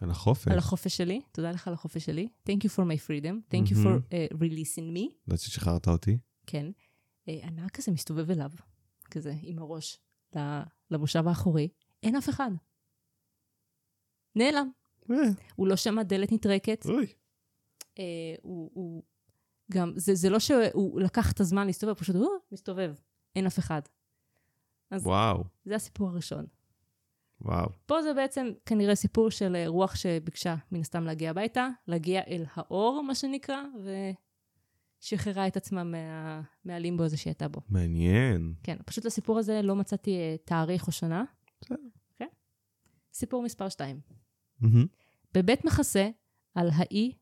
על החופש.
על החופש שלי, תודה לך על החופש שלי. Thank you for my freedom, thank you for uh, releasing me,
יודעת לא ששחררת אותי?
כן. Uh, הנהג כזה מסתובב אליו, כזה, עם הראש, ל- למושב האחורי, אין אף אחד. נעלם. הוא לא שמע דלת נטרקת,
אה, אוי.
uh, הוא, הוא גם, זה, זה לא שהוא לקח את הזמן להסתובב, פשוט הוא מסתובב, אין אף אחד.
וואו.
זה הסיפור הראשון.
וואו.
פה זה בעצם כנראה סיפור של אה, רוח שביקשה מן הסתם להגיע הביתה, להגיע אל האור, מה שנקרא, ושחררה את עצמה מה... מהלימבו הזה שהיא הייתה בו.
מעניין.
כן, פשוט לסיפור הזה לא מצאתי אה, תאריך או שנה.
בסדר.
אוקיי? סיפור מספר 2.
מהמם.
בבית מחסה על האי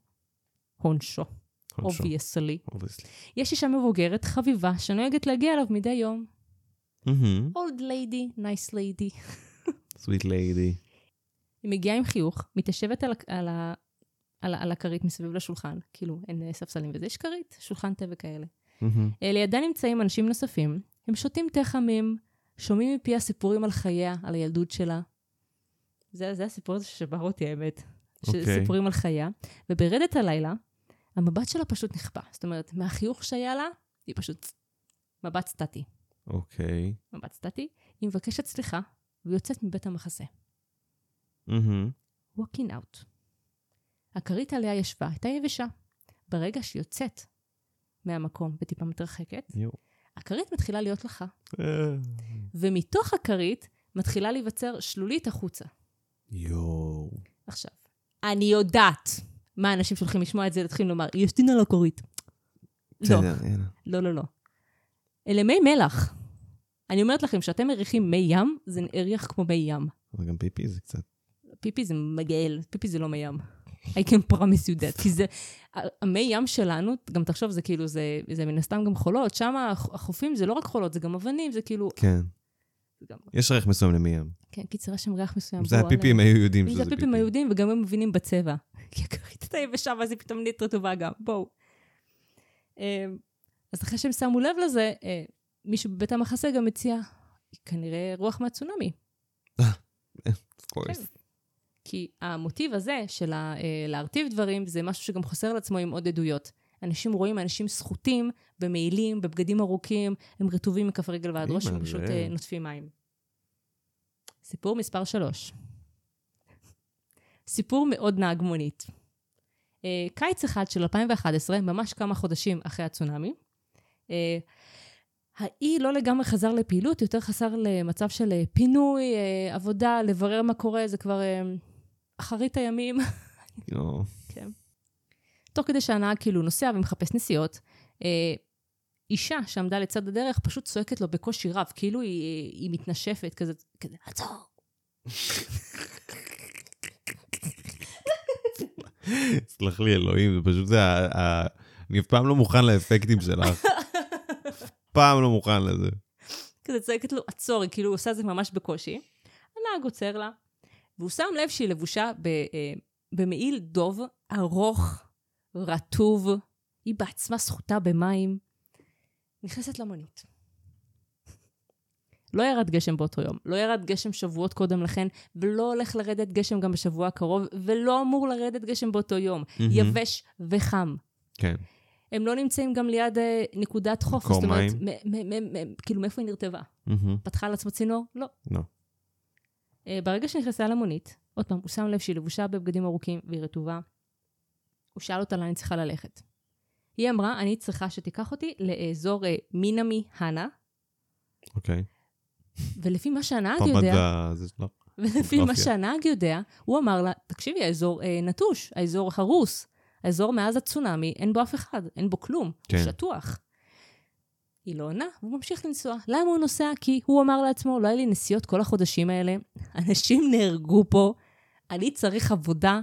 הונשו,
עוד שום.
אובייסלי.
Obviously.
יש אישה מבוגרת, חביבה, שנוהגת להגיע אליו מדי יום.
מהמם.
אולד ליידי, נייס ליידי.
Sweet lady.
היא מגיעה עם חיוך, מתיישבת על, ה- על, ה- על, ה- על הכרית מסביב לשולחן, כאילו אין אה, ספסלים וזה, יש כרית, שולחן תה וכאלה.
מהמם.
אה, לידה נמצאים אנשים נוספים, הם שותים תה חמים, שומעים מפיה סיפורים על חייה, על הילדות שלה. זה, זה הסיפור הזה ששבר אותי האמת, ש-
אוקיי.
סיפורים על חייה. וברדת הלילה, המבט שלה פשוט נכפה. זאת אומרת, מהחיוך שהיה לה, היא פשוט מבט סטטי.
אוקיי.
מבט סטטי, היא מבקשת סליחה, ויוצאת מבית המחסה.
מהמם.
walking out. הכרית עליה ישבה הייתה יבשה. ברגע שהיא יוצאת מהמקום וטיפה מתרחקת,
יו.
הכרית מתחילה להיות לחה,
אה.
ומתוך הכרית מתחילה להיווצר שלולית החוצה.
יואו.
עכשיו, אני יודעת מה אנשים שהולכים לשמוע את זה, יתחילו לומר, היא השתינה על הכרית. לא,
בסדר, יאללה.
לא, לא, לא. אלה מי מלח. אני אומרת לכם, כשאתם מריחים מי ים, זה הריח כמו מי ים.
אבל גם פיפי זה קצת.
פיפי זה מגעיל, פיפי זה לא מי ים. I can promise you that, כי זה, המי ים שלנו, גם תחשוב, זה כאילו, זה, זה מן הסתם גם חולות, שם הח- החופים זה לא רק חולות, זה גם אבנים, זה כאילו,
כן.
זה גם-
יש ריח מסוים למי ים.
כן, קיצר, יש שם ריח מסוים.
זה
והוא
הפיפים
עלה.
היו יודעים
זה
שזה פיפי.
הפיפים היהודים, וגם הם מבינים בצבע. כי הכרית הייתה יבשה, ואז היא פתאום נהיית רטובה גם, בואו. אמ, אז אחרי שהם שמו לב לזה, אה, מישהו בבית המחסה גם הציע, כנראה רוח מהצונאמי.
Of course.
כי המוטיב הזה של ה, אה, להרטיב דברים, זה משהו שגם חוסר על עצמו עם עוד עדויות. אנשים רואים אנשים סחוטים במעילים, בבגדים ארוכים, הם רטובים מכף רגל ועד ראש, הם
אימא'לה.
פשוט אה, נוטפים מים. סיפור מספר שלוש. סיפור מאוד נהג מונית. אה, קיץ אחד של 2011, ממש כמה חודשים אחרי הצונאמי, אה, האי לא לגמרי חזר לפעילות, יותר חזר למצב של אה, פינוי, אה, עבודה, לברר מה קורה, זה כבר אה, אחרית הימים.
יואו.
תוך כדי שהנהג כאילו נוסע ומחפש נסיעות, אה, אישה שעמדה לצד הדרך פשוט צועקת לו בקושי רב, כאילו היא, היא מתנשפת, כזה, כזה, עצור.
סלח לי אלוהים, זה פשוט זה ה... ה- אני אף פעם לא מוכן לאפקטים שלך. אף פעם לא מוכן לזה.
כזה צועקת לו, עצור, היא כאילו עושה את זה ממש בקושי. הנהג עוצר לה, והוא שם לב שהיא לבושה ב, אה, במעיל דוב ארוך, רטוב, היא בעצמה סחוטה במים. נכנסת למונית. לא ירד גשם באותו יום, לא ירד גשם שבועות קודם לכן, ולא הולך לרדת גשם גם בשבוע הקרוב, ולא אמור לרדת גשם באותו יום. יבש וחם.
כן.
הם לא נמצאים גם ליד אה, נקודת חוף,
מקור
זאת אומרת,
מים.
מ- מ- מ- מ- כאילו מאיפה היא נרטבה?
מהמם.
פתחה על עצמה צינור? לא.
לא.
אה, ברגע שנכנסה למונית, עוד פעם, הוא שם לב שהיא לבושה בבגדים ארוכים והיא רטובה. הוא שאל אותה לאן היא צריכה ללכת. היא אמרה, אני צריכה שתיקח אותי לאזור אה, מינמי הנה,
אוקיי.
ולפי מה שהנהג
פעם אוקיי.
יודע,
בת זה לא- שלך.
ולפי מה
אופיה.
שהנהג יודע, הוא אמר לה, תקשיבי, האזור אה, נטוש, האזור הרוס, האזור מאז הצונאמי, אין בו אף אחד, אין בו כלום,
כן.
הוא שטוח. היא לא עונה, הוא ממשיך לנסוע. למה הוא נוסע? כי הוא אמר לעצמו, לא היה לי נסיעות כל החודשים האלה, אנשים נהרגו פה, אני צריך עבודה,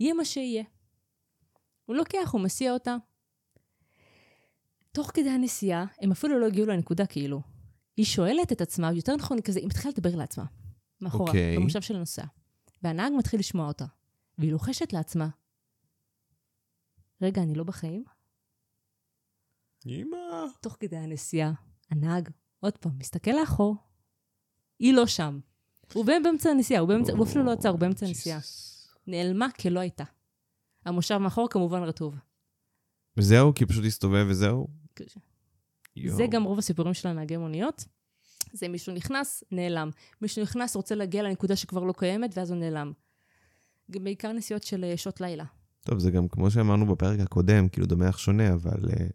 יהיה מה שיהיה. הוא לוקח, הוא מסיע אותה. תוך כדי הנסיעה, הם אפילו לא הגיעו לנקודה כאילו. היא שואלת את עצמה, יותר נכון, היא כזה, היא מתחילה לדבר לעצמה. מאחורה,
אוקיי.
okay. במושב של הנוסע. והנהג מתחיל לשמוע אותה. והיא לוחשת לעצמה. רגע, אני לא בחיים?
אמא.
תוך כדי הנסיעה, הנהג עוד פעם מסתכל לאחור. היא לא שם. הוא בא- באמצע הנסיעה, הוא, באמצע, הוא אפילו לא עצר, הוא באמצע הנסיעה. נעלמה כלא הייתה. המושב מאחור כמובן רטוב.
וזהו, כי פשוט הסתובב וזהו. יואו.
כן. זה גם רוב הסיפורים של הנהגי מוניות. זה מישהו נכנס, נעלם. מישהו נכנס, רוצה להגיע לנקודה שכבר לא קיימת, ואז הוא נעלם. גם בעיקר נסיעות של אה, שעות לילה.
טוב, זה גם כמו שאמרנו בפרק הקודם, כאילו דומה אך שונה, אבל אה,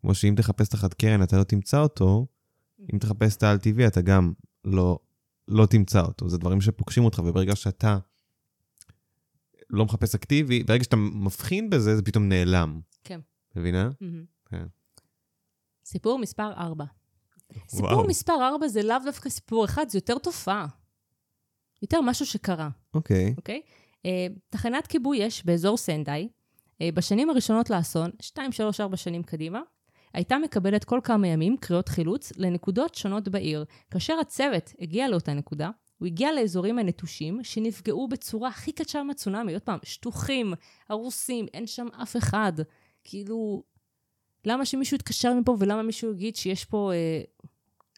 כמו שאם תחפש תחת קרן, אתה לא תמצא אותו, אם תחפש את העל-טבעי, אתה גם לא, לא תמצא אותו. זה דברים שפוגשים אותך, וברגע שאתה לא מחפש אקטיבי, ברגע שאתה מבחין בזה, זה פתאום נעלם.
כן.
מבינה?
מהמם.
כן.
סיפור מספר 4.
וואו.
סיפור מספר 4 זה לאו דווקא סיפור אחד, זה יותר תופעה. יותר משהו שקרה.
אוקיי.
אוקיי? אה, תחנת כיבוי אש באזור סנדאי, אה, בשנים הראשונות לאסון, 2, 3, 4 שנים קדימה, הייתה מקבלת כל כמה ימים קריאות חילוץ לנקודות שונות בעיר. כאשר הצוות הגיע לאותה נקודה, הוא הגיע לאזורים הנטושים שנפגעו בצורה הכי קשה מהצונאמי, עוד פעם, שטוחים, הרוסים, אין שם אף אחד. כאילו, למה שמישהו יתקשר מפה ולמה מישהו יגיד שיש פה אה,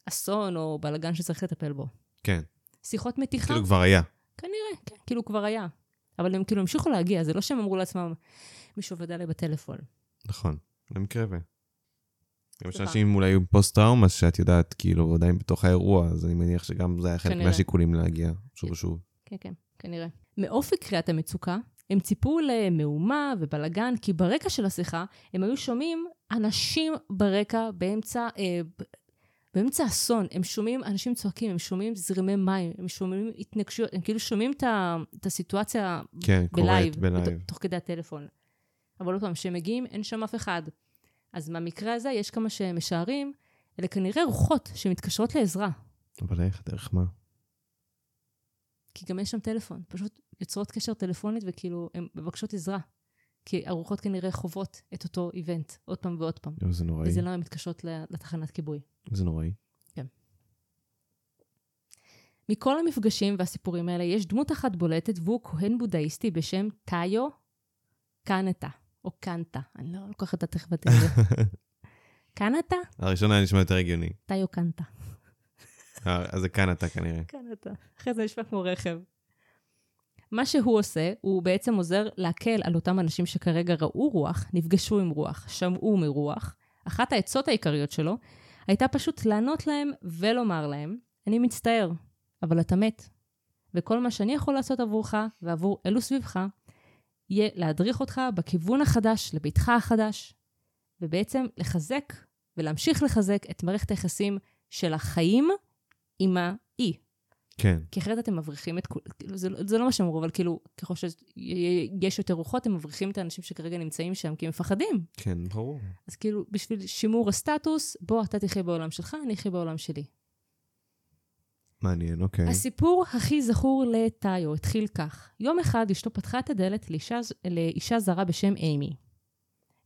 אסון או בלאגן שצריך לטפל בו?
כן.
שיחות מתיחה.
כאילו כבר היה.
כנראה, כן, כאילו כבר היה. אבל הם כאילו המשיכו להגיע, זה לא שהם אמרו לעצמם, מישהו עבד עליי בטלפון.
נכון. למקרה ו... גם יש
סליחה.
אנשים אולי עם פוסט-טראומה, שאת יודעת, כאילו, עדיין בתוך האירוע, אז אני מניח שגם זה היה חלק
כנראה.
מהשיקולים להגיע שוב ושוב.
כן, כן, כנראה. מאופי קריאת המצוקה, הם ציפו למהומה ובלגן, כי ברקע של השיחה הם היו שומעים אנשים ברקע באמצע, אה, ב- באמצע אסון. הם שומעים אנשים צועקים, הם שומעים זרימי מים, הם שומעים התנגשויות, הם כאילו שומעים את ה- את הסיטואציה
כן, קורית
בלייב,
בלייב.
בת- תוך כדי הטלפון. אבל עוד פעם, כשהם מגיעים, אין שם אף אחד. אז במקרה הזה, יש כמה שמשערים, אלה כנראה רוחות שמתקשרות לעזרה,
אבל איך, דרך מה?
כי גם יש שם טלפון. פשוט יוצרות קשר טלפונית וכאילו, הן מבקשות עזרה. כי הרוחות כנראה חוות את אותו איבנט, עוד פעם ועוד פעם.
יואו, זה נוראי.
וזה למה הן מתקשרות ל- לתחנת כיבוי.
זה נוראי.
מכל המפגשים והסיפורים האלה, יש דמות אחת בולטת, והוא כהן בודהיסטי בשם טאיו קנטה, או קנטה. אני לא לוקחת את התכף את זה. קנטה?
הראשון היה נשמע יותר הגיוני.
טאיו קנטה.
אה, אז זה כאן אתה כנראה.
כאן כן, אתה. אחרי זה נשמע כמו רכב. מה שהוא עושה, הוא בעצם עוזר להקל על אותם אנשים שכרגע ראו רוח, נפגשו עם רוח, שמעו מרוח. אחת העצות העיקריות שלו הייתה פשוט לענות להם ולומר להם, אני מצטער, אבל אתה מת. וכל מה שאני יכול לעשות עבורך ועבור אלו סביבך, יהיה להדריך אותך בכיוון החדש, לביתך החדש, ובעצם לחזק ולהמשיך לחזק את מערכת היחסים של החיים עם האי,
כן.
כי אחרת אתם מבריחים את כולם, כאילו, זה, לא- זה לא מה שהם אמרו, אבל כאילו, ככל שיש יותר רוחות, הם מבריחים את האנשים שכרגע נמצאים שם, כי הם מפחדים.
כן, ברור.
אז כאילו, בשביל שימור הסטטוס, בוא, אתה תחיה בעולם שלך, אני אחיה בעולם שלי.
מעניין, אוקיי.
הסיפור הכי זכור לטאיו התחיל כך. יום אחד אשתו פתחה את הדלת לאישה, ז- לאישה זרה בשם אימי.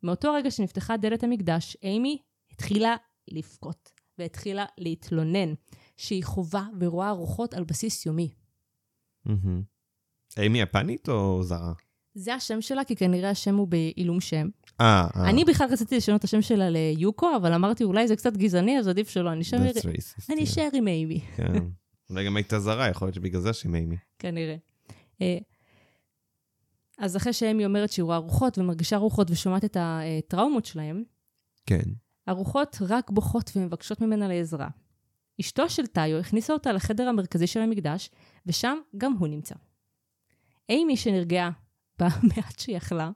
מאותו רגע שנפתחה דלת המקדש, אימי התחילה לבכות והתחילה להתלונן שהיא חווה ורואה רוחות על בסיס יומי.
מהמם. אימי יפנית או זרה?
זה השם שלה, כי כנראה השם הוא בעילום שם.
אה, אה.
אני בכלל רציתי לשנות את השם שלה ליוקו, אבל אמרתי, אולי זה קצת גזעני, אז עדיף שלא, אני אשאר
That's racist,
אני
yeah.
אשאר עם אימי,
כן. אולי גם הייתה זרה, יכול להיות שבגלל זה שהיא אימי.
כנראה. אה, אז אחרי שאמי אומרת שהיא רואה רוחות ומרגישה רוחות ושומעת את הטראומות שלהם,
כן.
הרוחות רק בוכות ומבקשות ממנה לעזרה. אשתו של טאיו הכניסה אותה לחדר המרכזי של המקדש, ושם גם הוא נמצא. אימי שנרגעה במעט שהיא אכלה,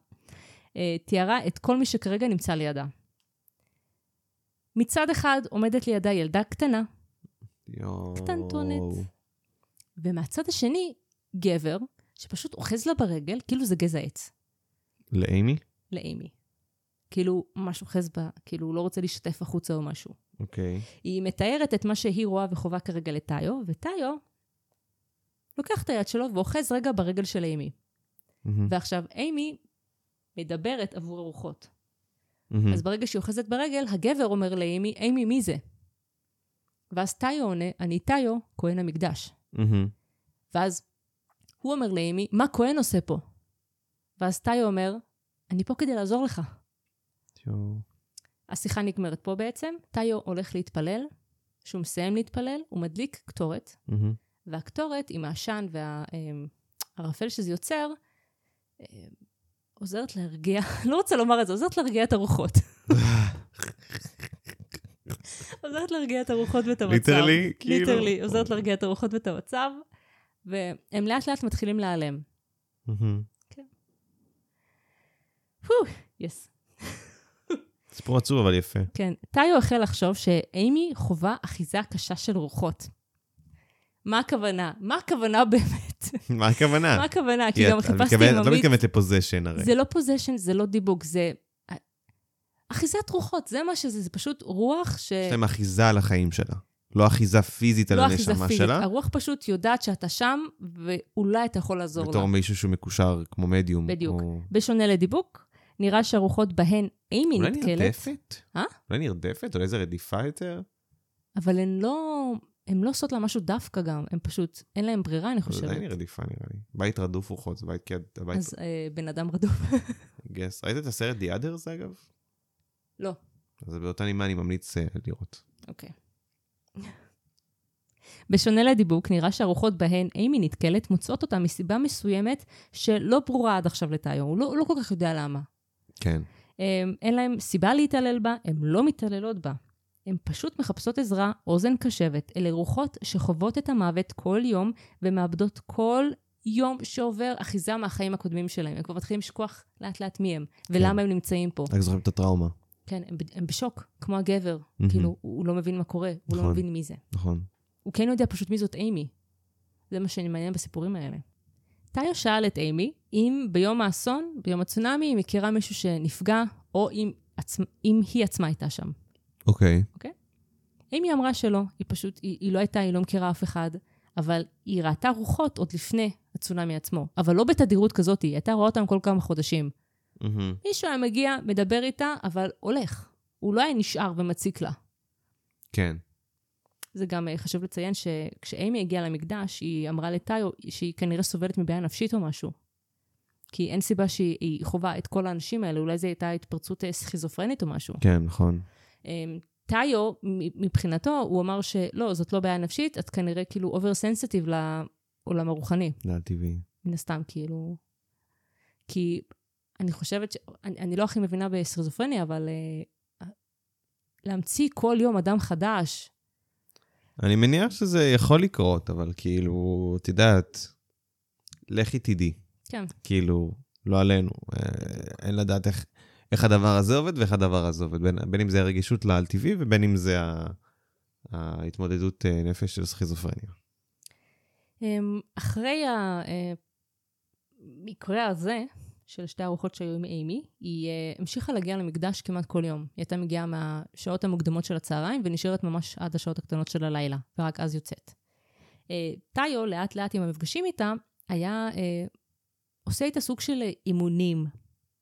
אה, תיארה את כל מי שכרגע נמצא לידה. מצד אחד עומדת לידה ילדה קטנה,
יואו.
קטנטונת. ומהצד השני, גבר, שפשוט אוחז לה ברגל, כאילו זה גזע עץ.
לאימי?
לאימי. כאילו, ממש אוחז בה, כאילו, הוא לא רוצה להשתתף החוצה או משהו.
אוקיי.
היא מתארת את מה שהיא רואה וחווה כרגע לטאיו, וטאיו לוקח את היד שלו ואוחז רגע ברגל של אימי.
מהמם,
ועכשיו, אימי מדברת עבור הרוחות.
מהמם.
אז ברגע שהיא אוחזת ברגל, הגבר אומר לאימי, אימי, מי זה? ואז טאיו עונה, אני טאיו, כהן המקדש.
מהמם.
ואז הוא אומר לאימי, מה כהן עושה פה? ואז טאיו אומר, אני פה כדי לעזור לך.
יואו.
השיחה נגמרת פה בעצם, טאיו הולך להתפלל, כשהוא מסיים להתפלל, הוא מדליק קטורת,
מהמם,
והקטורת עם העשן והערפל שזה יוצר, אה, עוזרת להרגיע, לא רוצה לומר את זה, עוזרת להרגיע את הרוחות. עוזרת להרגיע את הרוחות ואת המצב.
ליטרלי, כאילו.
ליטרלי, עוזרת להרגיע את הרוחות ואת המצב, והם לאט לאט מתחילים להיעלם.
מהמם.
יס.
סיפור עצוב אבל יפה.
כן. טאיו החל לחשוב שאימי חווה אחיזה קשה של רוחות. מה הכוונה? מה הכוונה באמת?
מה הכוונה?
מה הכוונה? כי
היא-
גם
את
חיפשתי
מתכוונת-
עם
את לא
עמית
מתכוונת לפוזיישן הרי.
זה לא פוזיישן, זה לא דיבוק, זה אחיזת רוחות, זה מה שזה, זה פשוט רוח ש...
יש להם אחיזה על החיים שלה. לא אחיזה פיזית על
לא אחיזה
הנשמה
פיזית.
שלה,
הרוח פשוט יודעת שאתה שם, ואולי אתה יכול לעזור לה.
בתור מישהו שהוא מקושר כמו מדיום.
בדיוק.
או-
בשונה לדיבוק, נראה שהרוחות בהן אימי
אולי
נתקלת,
נרדפת?
אה?
אולי נרדפת? אולי זה רדיפה יותר?
אבל הן לא... הן לא עושות לה משהו דווקא גם, הן פשוט, אין להן ברירה, אני חושבת.
אולי רדיפה נראה לי. בית רדוף רוחות, זה בית כיד... הבית...
אז אה, בן אדם רדוף.
גס. ראית את הסרט The Others אגב?
לא.
אז באותה נימה אני ממליץ אה, לראות.
אוקיי. בשונה לדיבוק, נראה שהרוחות בהן אימי נתקלת מוצאות אותה מסיבה מסוימת שלא ברורה עד עכשיו לטאיו, הוא לא, הוא לא כל כך יודע למה.
כן.
הם, אין להם סיבה להתעלל בה, הן לא מתעללות בה. הן פשוט מחפשות עזרה, אוזן קשבת. אלה רוחות שחוות את המוות כל יום ומאבדות כל יום שעובר אחיזה מהחיים הקודמים שלהם. הם כבר מתחילים לשכוח לאט-לאט מי הם
כן.
ולמה הם נמצאים פה.
רק זוכרים את הטראומה.
כן, הם, הם בשוק, כמו הגבר.
מהמם.
כאילו, הוא לא מבין מה קורה, הוא לא
נכון.
מבין מי זה.
נכון.
הוא כן יודע פשוט מי זאת אימי. זה מה שמעניין בסיפורים האלה. טאיו שאל את אימי אם ביום האסון, ביום הצונאמי, היא מכירה מישהו שנפגע, או אם, עצמ... אם היא עצמה הייתה שם.
אוקיי.
אימי אמרה שלא, היא פשוט, היא, היא לא הייתה, היא לא מכירה אף אחד, אבל היא ראתה רוחות עוד לפני הצונאמי עצמו, אבל לא בתדירות כזאת, היא הייתה רואה אותם כל כמה חודשים.
מהמם.
מישהו היה מגיע, מדבר איתה, אבל הולך. הוא לא היה נשאר ומציק לה.
כן.
זה גם אה, חשוב לציין שכשאימי הגיעה למקדש, היא אמרה לטאיו שהיא כנראה סובלת מבעיה נפשית או משהו. כי אין סיבה שהיא היא חווה את כל האנשים האלה, אולי זו הייתה התפרצות אה, סכיזופרנית או משהו.
כן, נכון.
אמ, טאיו, מ- מבחינתו, הוא אמר שלא, זאת לא בעיה נפשית, את כנראה כאילו אובר סנסיטיב לעולם הרוחני,
זה על טבעי.
מן הסתם, כאילו... כי אני חושבת ש... אני, אני לא הכי מבינה בסכיזופרניה, אבל אה, להמציא כל יום אדם חדש,
אני מניח שזה יכול לקרות, אבל כאילו, את יודעת, לכי תדעי.
כן.
כאילו, לא עלינו. אה, אין לדעת איך, איך הדבר הזה עובד ואיך הדבר הזה עובד. בין, בין אם זה הרגישות לעל טבעי ובין אם זה ה, ההתמודדות אה, נפש של סכיזופרניה.
אמ, אחרי אה, המקרה הזה, של שתי הרוחות שהיו עם אימי, היא אה, המשיכה להגיע למקדש כמעט כל יום. היא הייתה מגיעה מהשעות המוקדמות של הצהריים ונשארת ממש עד השעות הקטנות של הלילה, ורק אז יוצאת. אה, טאיו, לאט לאט עם המפגשים איתה, היה אה, עושה איתה סוג של אה, אימונים.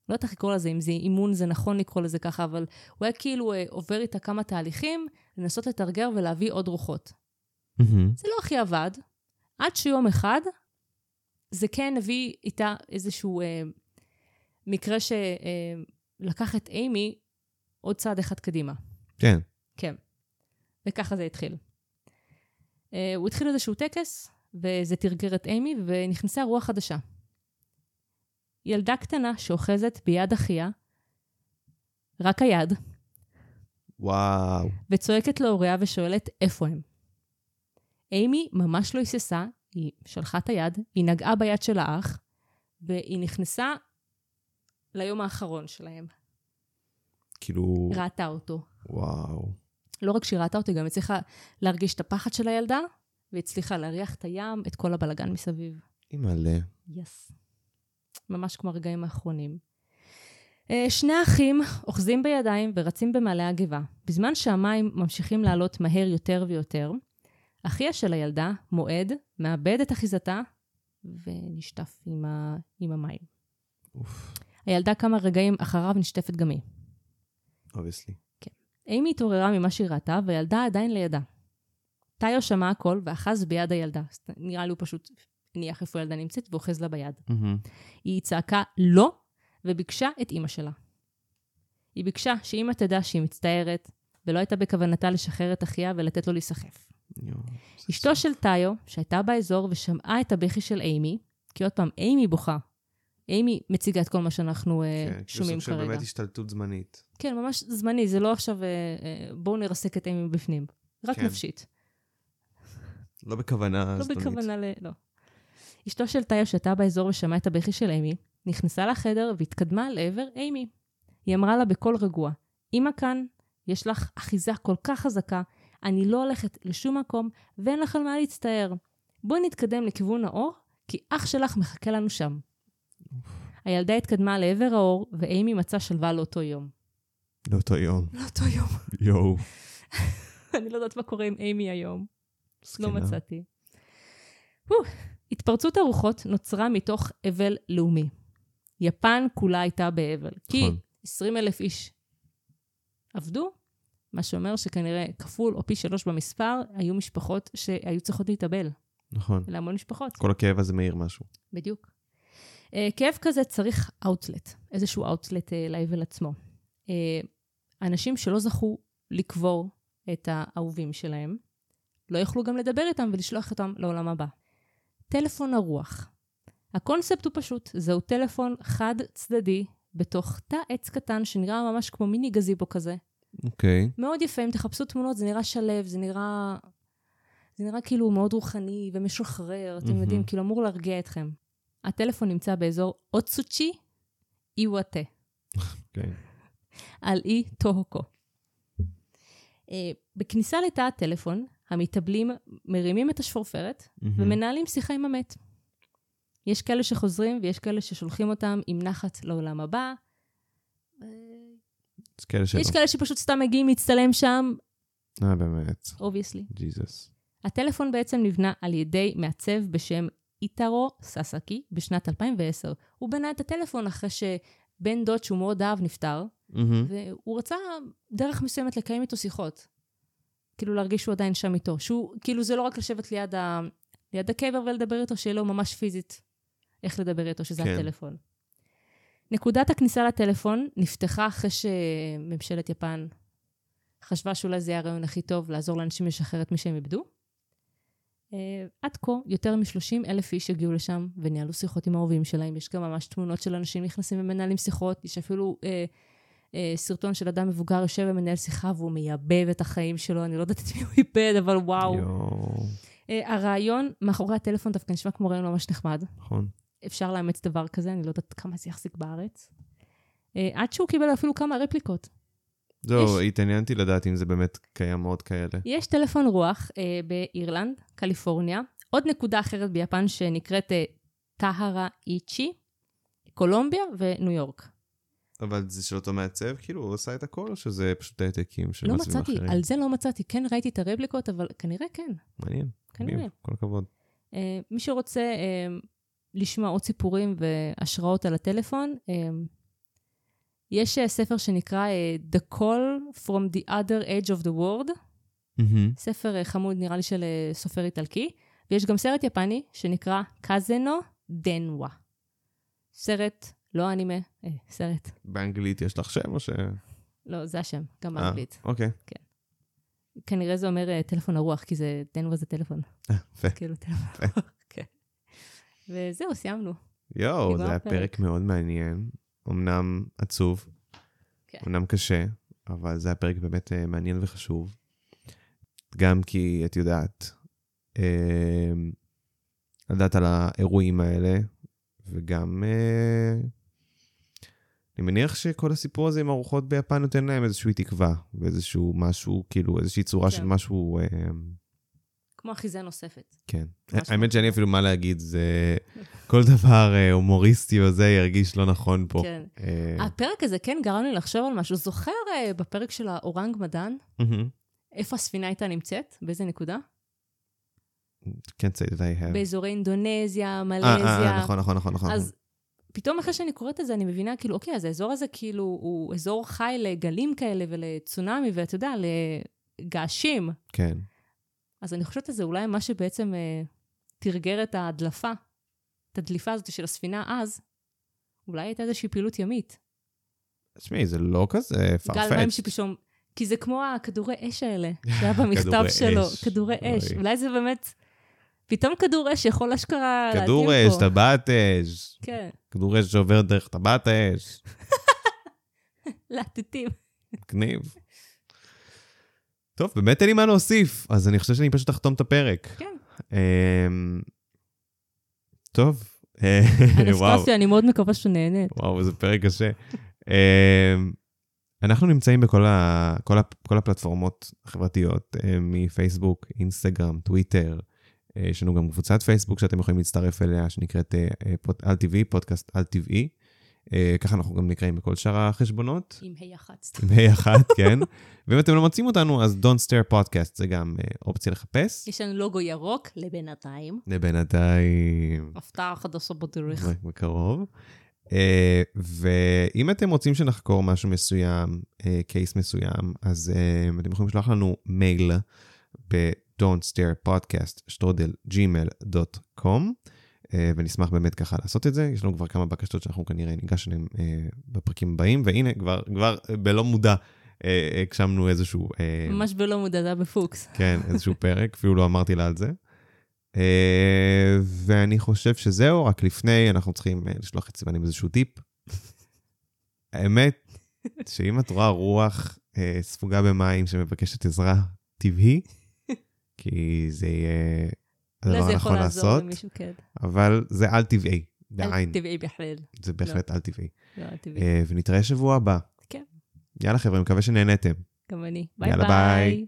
לא יודעת איך לקרוא לזה, אם זה אימון זה נכון לקרוא לזה ככה, אבל הוא היה כאילו אה, עובר איתה כמה תהליכים, לנסות לתרגר ולהביא עוד רוחות. זה לא הכי עבד, עד שיום אחד זה כן הביא איתה איזשהו אה, מקרה שלקח את אימי עוד צעד אחד קדימה.
כן.
כן. וככה זה התחיל. אה, הוא התחיל איזשהו טקס, וזה תרגר את אימי, ונכנסה רוח חדשה. ילדה קטנה שאוחזת ביד אחיה, רק היד,
וואו.
וצועקת להוריה ושואלת איפה הם. אימי ממש לא היססה, היא שלחה את היד, היא נגעה ביד של האח, והיא נכנסה ליום האחרון שלהם.
כאילו,
ראתה אותו.
וואו.
לא רק שהיא ראתה אותו, היא גם הצליחה להרגיש את הפחד של הילדה, והצליחה להריח את הים, את כל הבלגן מסביב.
היא מלא.
יס. ממש כמו הרגעים האחרונים. Um, אה, שני אחים אוחזים בידיים ורצים במעלה הגבעה. בזמן שהמים ממשיכים לעלות מהר יותר ויותר, אחיה של הילדה, מועד, מאבד את אחיזתה ונשטף עם, ה... עם המים.
אוף,
הילדה כמה רגעים אחריו נשטפת גם היא.
אובייסלי.
אימי התעוררה ממה שהיא ראתה, והילדה עדיין לידה. טאיו שמע הכל ואחז ביד הילדה. אז נראה לי הוא פשוט הניח איפה הילדה נמצאת ואוחז לה ביד. היא צעקה לא, וביקשה את אימא שלה. היא ביקשה שאימא תדע שהיא מצטערת, ולא הייתה בכוונתה לשחרר את אחיה ולתת לו להיסחף. אשתו של טאיו, שהייתה באזור ושמעה את הבכי של אימי, כי עוד פעם, אימי בוכה. אימי מציגה את כל מה שאנחנו אה,
זה כן,
שומעים
כאילו, סוג של
כרגע.
באמת השתלטות זמנית.
כן, ממש זמני, זה לא עכשיו, אה, אה, בואו נרסק את אימי מבפנים. רק
כן.
נפשית.
לא בכוונה
לא
זדונית.
בכוונה ל... לא. אשתו של טאיה שהתה באזור ושמעה את הבכי של אימי, נכנסה לחדר והתקדמה לעבר אימי. היא אמרה לה בקול רגוע, אמא כאן, יש לך אחיזה כל כך חזקה, אני לא הולכת לשום מקום ואין לך על מה להצטער. בואי נתקדם לכיוון האור, כי אח שלך מחכה לנו שם. הילדה התקדמה לעבר האור, ואימי מצאה שלווה לאותו יום.
לאותו יום.
לאותו יום.
יואו.
אני לא יודעת מה קורה עם אימי היום.
מסכנה.
לא מצאתי. הו, התפרצות הרוחות נוצרה מתוך אבל לאומי. יפן כולה הייתה באבל. כי
נכון.
20 אלף איש עבדו, מה שאומר שכנראה כפול או פי שלוש במספר, היו משפחות שהיו צריכות להתאבל.
נכון.
להמון משפחות.
כל הכאב הזה מאיר משהו.
בדיוק. Uh, כאב כזה צריך אאוטלט, איזשהו אאוטלט uh, לאבל עצמו. Uh, אנשים שלא זכו לקבור את האהובים שלהם, לא יכלו גם לדבר איתם ולשלוח אותם לעולם הבא. טלפון הרוח. הקונספט הוא פשוט, זהו טלפון חד-צדדי בתוך תא עץ קטן שנראה ממש כמו מיני גזיבו כזה,
אוקיי.
מאוד יפה, אם תחפשו תמונות, זה נראה שלו, זה נראה... זה נראה כאילו מאוד רוחני ומשחרר, אתם
מהמם.
יודעים, כאילו אמור להרגיע אתכם. הטלפון נמצא באזור אוצוצ'י איוואטה,
אוקיי.
על אי טוהוקו. אה, בכניסה לתא הטלפון, המתאבלים מרימים את השפורפרת ומנהלים שיחה עם המת. יש כאלה שחוזרים ויש כאלה ששולחים אותם עם נחת לעולם הבא. אה,
יש כאלה שלא.
יש כאלה שפשוט סתם מגיעים להצטלם שם,
אה, באמת.
אובייסלי.
ג'יזוס.
הטלפון בעצם נבנה על ידי מעצב בשם איטרו ססקי בשנת 2010. הוא בנה את הטלפון אחרי שבן דוד שהוא מאוד אהב נפטר, והוא רצה דרך מסוימת לקיים איתו שיחות. כאילו להרגיש שהוא עדיין שם איתו. שהוא, כאילו זה לא רק לשבת ליד, ה, ליד הקבר ולדבר איתו, שיהיה לו ממש פיזית איך לדבר איתו, שזה
כן.
כן. הטלפון. נקודת הכניסה לטלפון נפתחה אחרי שממשלת יפן חשבה שאולי זה יהיה הרעיון הכי טוב לעזור לאנשים לשחרר את מי שהם איבדו. אה, עד כה, יותר מ-30 אלף איש הגיעו לשם וניהלו שיחות עם האהובים שלהם. יש גם ממש תמונות של אנשים נכנסים ומנהלים שיחות. יש אפילו אה, אה, סרטון של אדם מבוגר יושב ומנהל שיחה והוא מייבב את החיים שלו. אני לא יודעת את מי הוא איבד, אבל וואו.
יואו.
אה, הרעיון מאחורי הטלפון דווקא נשמע כמו רעיון ממש נחמד.
נכון.
אפשר לאמץ דבר כזה, אני לא יודעת כמה זה יחזיק בארץ. אה, עד שהוא קיבל אפילו כמה רפליקות.
זהו, התעניינתי לדעת אם זה באמת קיים עוד כאלה.
יש טלפון רוח אה, באירלנד, קליפורניה. עוד נקודה אחרת ביפן שנקראת אה, טהרה איצ'י, קולומביה וניו יורק.
אבל זה של אותו מעצב? כאילו, הוא עשה את הכל, או שזה פשוט העתקים של
לא
מעצבים
מצאתי,
אחרים?
על זה לא מצאתי. כן ראיתי את הרפליקות, אבל כנראה כן.
מעניין.
כנראה.
מגניב, כל הכבוד.
אה, מי שרוצה אה, לשמוע עוד סיפורים והשראות על הטלפון, אה, יש אה, ספר שנקרא אה, The Call From the Other Edge of the World, ספר אה, חמוד נראה לי של אה, סופר איטלקי, ויש גם סרט יפני שנקרא קזנו דנווה. סרט, לא אנימה, אה, סרט,
באנגלית יש לך שם או ש...
לא, זה השם, גם
אה,
באנגלית.
אוקיי.
כנראה זה אומר אה, טלפון הרוח, כי זה, דנווה זה טלפון,
אה, יפה.
כאילו טלפון הרוח, כן. וזהו, סיימנו.
יואו, זה
נגמר
היה
הפרק.
פרק מאוד מעניין. אמנם עצוב,
כן.
אמנם קשה, אבל זה היה פרק באמת אה, מעניין וחשוב. גם כי את יודעת, אה, לדעת על האירועים האלה, וגם אה, אני מניח שכל הסיפור הזה עם הרוחות ביפן נותן להם איזושהי תקווה, ואיזשהו משהו, כאילו איזושהי צורה
כן.
של משהו, אה,
כמו אחיזה נוספת.
כן.
משהו.
האמת שאין לי אפילו מה להגיד, זה כל דבר אה, הומוריסטי או זה ירגיש לא נכון פה.
כן.
אה,
הפרק הזה כן גרם לי לחשוב על משהו. זוכר אה, בפרק של האורנג מדען,
מהמם.
איפה הספינה הייתה נמצאת? באיזה נקודה?
Can't say that I have.
באזורי אינדונזיה,
כן. אה, אה, אה,
מלזיה.
נכון, נכון, נכון, נכון.
אז פתאום אחרי שאני קוראת את זה, אני מבינה, כאילו, אוקיי, אז האזור הזה כאילו הוא אזור חי לגלים כאלה ולצונאמי, ואתה יודע, לגעשים.
כן.
אז אני חושבת שזה אולי מה שבעצם אה, תרגר את ההדלפה, את הדליפה הזאת של הספינה אז, אולי הייתה איזושהי פעילות ימית.
תשמעי, זה לא כזה
גל מים
farfetched.
שפתאום... כי זה כמו הכדורי אש האלה, שהיה במכתב שלו.
אש.
כדורי אש.
אוי.
אולי זה באמת... פתאום כדור אש יכול אשכרה להדליף פה.
כדור אש, טבעת אש,
כן,
כדור אש שעובר דרך טבעת האש,
להטטים.
מגניב. טוב, באמת אין לי מה להוסיף, אז אני חושב שאני פשוט אחתום את הפרק.
כן.
אמ, טוב. אה, וואו,
אנסטסיה, אני מאוד מקווה שנהנית.
וואו, איזה פרק קשה. אמ, אנחנו נמצאים בכל ה... כל ה... כל הפלטפורמות החברתיות, אה, מפייסבוק, אינסטגרם, טוויטר. אה, יש לנו גם קבוצת פייסבוק שאתם יכולים להצטרף אליה, שנקראת אה, אה, פוד- על טבעי, פודקאסט על טבעי. אה, ככה אנחנו גם נקראים בכל שאר החשבונות.
עם היחצת.
עם ה' אחת, כן. ואם אתם לא מוצאים אותנו, אז Don't Stare Podcast, זה גם אה, אופציה לחפש.
יש לנו לוגו ירוק לבינתיים.
לבינתיים.
הפתעה חדשה בדרך.
רק בקרוב. אה, ואם אתם רוצים שנחקור משהו מסוים, אה, קייס מסוים, אז אה, אתם יכולים לשלוח לנו מייל ב-Don't Stare Podcast, שטרודל gmail.com, אה, ונשמח באמת ככה לעשות את זה. יש לנו כבר כמה בקשות שאנחנו כנראה ניגש אליהן אה, בפרקים הבאים, והנה, כבר, כבר אה, בלא מודע אה, הגשמנו איזשהו... אה,
ממש בלא מודע, זה היה בפוקס.
כן, איזשהו פרק, אפילו לא אמרתי לה על זה. אה, ואני חושב שזהו, רק לפני, אנחנו צריכים אה, לשלוח את סיוון עם איזשהו טיפ. האמת, שאם את רואה רוח אה, ספוגה במים שמבקשת עזרה, טבעי, כי זה יהיה הדבר
אולי זה יכול
הנכון
לעזור
לא נכון לעשות,
למישהו, כן.
אבל זה על-טבעי,
אל
בעין,
טבעי בכלל.
זה בהחלט על-טבעי.
לא, אל טבעי.
אה, ונתראה שבוע הבא.
כן.
יאללה חבר'ה, מקווה שנהנתם.
גם אני. ביי
יאללה,
ביי.
ביי.